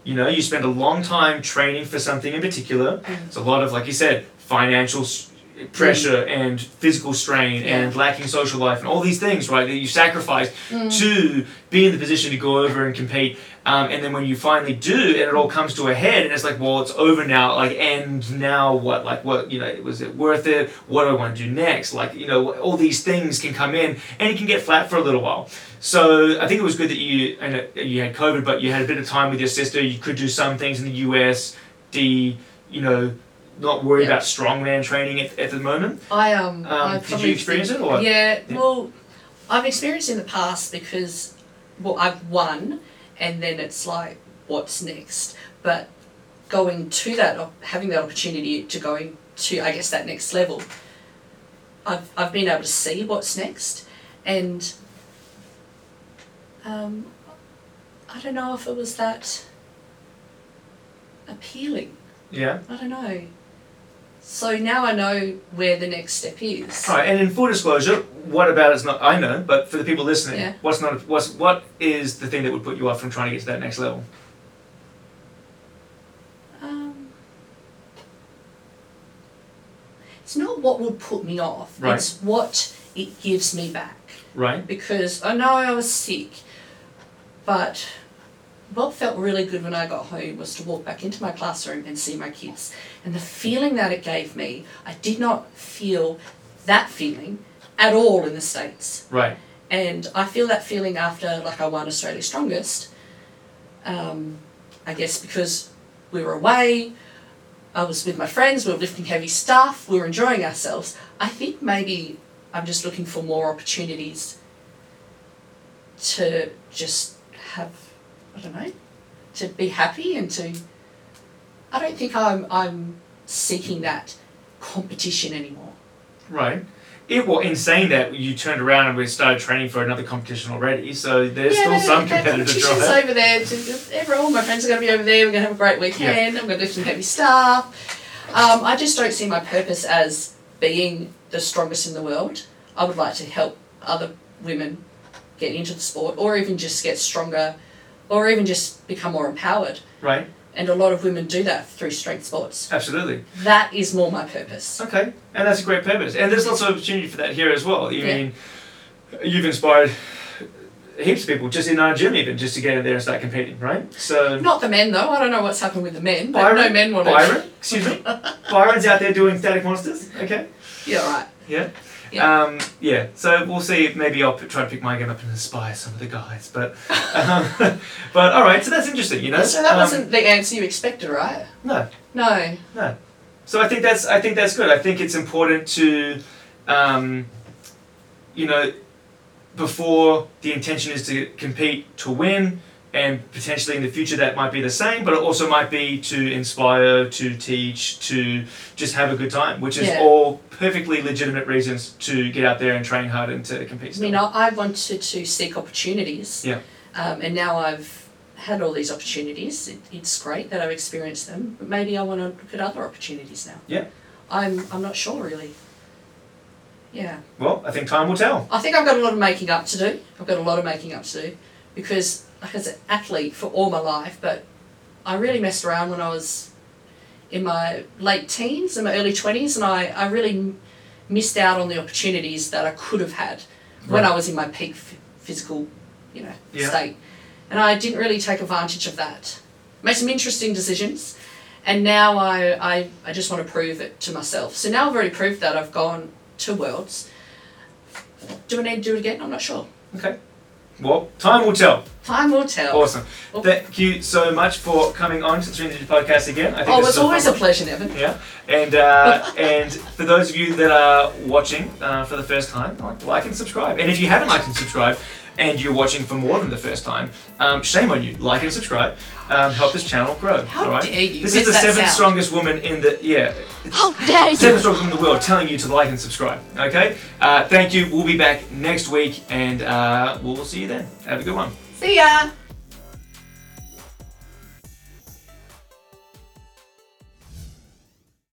[SPEAKER 1] You know, you spend a long time training for something in particular.
[SPEAKER 3] Mm.
[SPEAKER 1] It's a lot of, like you said, financial s- pressure and physical strain
[SPEAKER 3] Yeah.
[SPEAKER 1] and lacking social life and all these things, right, that you sacrifice
[SPEAKER 3] Mm.
[SPEAKER 1] to be in the position to go over and compete. Um, and then when you finally do, and it all comes to a head, and it's like, well, it's over now. Like, and now what? Like, what? You know, was it worth it? What do I want to do next? Like, you know, all these things can come in, and it can get flat for a little while. So I think it was good that you and uh, you had COVID, but you had a bit of time with your sister. You could do some things in the US. D, you know, not worry
[SPEAKER 3] Yeah.
[SPEAKER 1] about strongman training at, at the moment.
[SPEAKER 3] I
[SPEAKER 1] Um,
[SPEAKER 3] um. I
[SPEAKER 1] did
[SPEAKER 3] probably
[SPEAKER 1] you experience
[SPEAKER 3] think-
[SPEAKER 1] it or?
[SPEAKER 3] Yeah,
[SPEAKER 1] Yeah.
[SPEAKER 3] Well, I've experienced in the past because, well, I've won, and then it's like, what's next? But going to that, op- having that opportunity to going to, I guess, that next level, I've I've been able to see what's next, and um, I don't know if it was that appealing.
[SPEAKER 1] Yeah.
[SPEAKER 3] I don't know. So now I know where the next step is.
[SPEAKER 1] All right, and in full disclosure, what about it's not? I know, but for the people listening,
[SPEAKER 3] Yeah.
[SPEAKER 1] what's not? What's what is the thing that would put you off from trying to get to that next level?
[SPEAKER 3] Um, it's not what would put me off.
[SPEAKER 1] Right.
[SPEAKER 3] It's what it gives me back.
[SPEAKER 1] Right.
[SPEAKER 3] Because I know I was sick, but what felt really good when I got home was to walk back into my classroom and see my kids. And the feeling that it gave me, I did not feel that feeling at all in the States
[SPEAKER 1] Right.
[SPEAKER 3] and I feel that feeling after like I won Australia's Strongest. Um, I guess because we were away, I was with my friends, we were lifting heavy stuff, we were enjoying ourselves. I think maybe I'm just looking for more opportunities to just have I don't know to be happy and to. I don't think I'm I'm seeking that competition anymore.
[SPEAKER 1] Right. It well, in saying that, you turned around and we started training for another competition already. So there's
[SPEAKER 3] yeah,
[SPEAKER 1] still
[SPEAKER 3] but
[SPEAKER 1] some
[SPEAKER 3] that
[SPEAKER 1] competitive
[SPEAKER 3] competition's
[SPEAKER 1] drive.
[SPEAKER 3] over there. to- Everyone, all my friends are going to be over there. We're going to have a great weekend. I'm going to do some heavy stuff. Um, I just don't see my purpose as being the strongest in the world. I would like to help other women get into the sport, or even just get stronger, or even just become more empowered.
[SPEAKER 1] Right.
[SPEAKER 3] And a lot of women do that through strength sports.
[SPEAKER 1] Absolutely.
[SPEAKER 3] That is more my purpose.
[SPEAKER 1] Okay. And that's a great purpose. And there's lots of opportunity for that here as well. You
[SPEAKER 3] Yeah.
[SPEAKER 1] mean you've inspired heaps of people just in our gym even just to get in there and start competing, right? So
[SPEAKER 3] Not the men though. I don't know what's happened with the men, but
[SPEAKER 1] Byron,
[SPEAKER 3] no men want
[SPEAKER 1] Byron,
[SPEAKER 3] to.
[SPEAKER 1] excuse me. Byron's out there doing static monsters. Okay.
[SPEAKER 3] Yeah, right.
[SPEAKER 1] Yeah.
[SPEAKER 3] Yeah.
[SPEAKER 1] Um, yeah. So we'll see. if Maybe I'll p- try to pick my game up and inspire some of the guys. But um, but all right. So that's interesting. You know.
[SPEAKER 3] So that
[SPEAKER 1] Um,
[SPEAKER 3] wasn't the answer you expected, right?
[SPEAKER 1] no.
[SPEAKER 3] No.
[SPEAKER 1] No. So I think that's I think that's good. I think it's important to, um, you know, before the intention is to compete to win, and potentially in the future that might be the same, but it also might be to inspire, to teach, to just have a good time, which is
[SPEAKER 3] Yeah.
[SPEAKER 1] all perfectly legitimate reasons to get out there and train hard and to compete.
[SPEAKER 3] I
[SPEAKER 1] still.
[SPEAKER 3] mean, I, I wanted to seek opportunities.
[SPEAKER 1] Yeah.
[SPEAKER 3] Um, and now I've had all these opportunities. It, it's great that I've experienced them, but maybe I want to look at other opportunities now.
[SPEAKER 1] Yeah.
[SPEAKER 3] I'm, I'm not sure really. Yeah.
[SPEAKER 1] Well, I think time will tell.
[SPEAKER 3] I think I've got a lot of making up to do. I've got a lot of making up to do because like, as an athlete for all my life, but I really messed around when I was in my late teens and my early 20s, and I, I really m- missed out on the opportunities that I could have had when
[SPEAKER 1] Right.
[SPEAKER 3] I was in my peak f- physical you know,
[SPEAKER 1] Yeah.
[SPEAKER 3] state. And I didn't really take advantage of that. Made some interesting decisions. And now I, I, I just want to prove it to myself. So now I've already proved that I've gone to worlds. Do I need to do it again? I'm not sure.
[SPEAKER 1] Okay. Well, time will tell.
[SPEAKER 3] Time will tell.
[SPEAKER 1] Awesome.
[SPEAKER 3] Oh.
[SPEAKER 1] Thank you so much for coming on to the Trinity Podcast again. I think
[SPEAKER 3] Oh,
[SPEAKER 1] this
[SPEAKER 3] it's
[SPEAKER 1] is a fun
[SPEAKER 3] always
[SPEAKER 1] one.
[SPEAKER 3] a pleasure, Nevin.
[SPEAKER 1] Yeah, and uh, and for those of you that are watching uh, for the first time, like, like and subscribe. And if you haven't liked and subscribed, and you're watching for more than the first time, um, shame on you. Like and subscribe. Um, help this channel grow.
[SPEAKER 3] How
[SPEAKER 1] all right?
[SPEAKER 3] dare you
[SPEAKER 1] This
[SPEAKER 3] miss
[SPEAKER 1] is the
[SPEAKER 3] that
[SPEAKER 1] seventh
[SPEAKER 3] sound.
[SPEAKER 1] strongest woman in the yeah.
[SPEAKER 2] How dare you!
[SPEAKER 1] Seventh strongest woman in the world telling you to like and subscribe. Okay. Uh, thank you. We'll be back next week, and uh, we'll see you then. Have a good one.
[SPEAKER 3] See ya.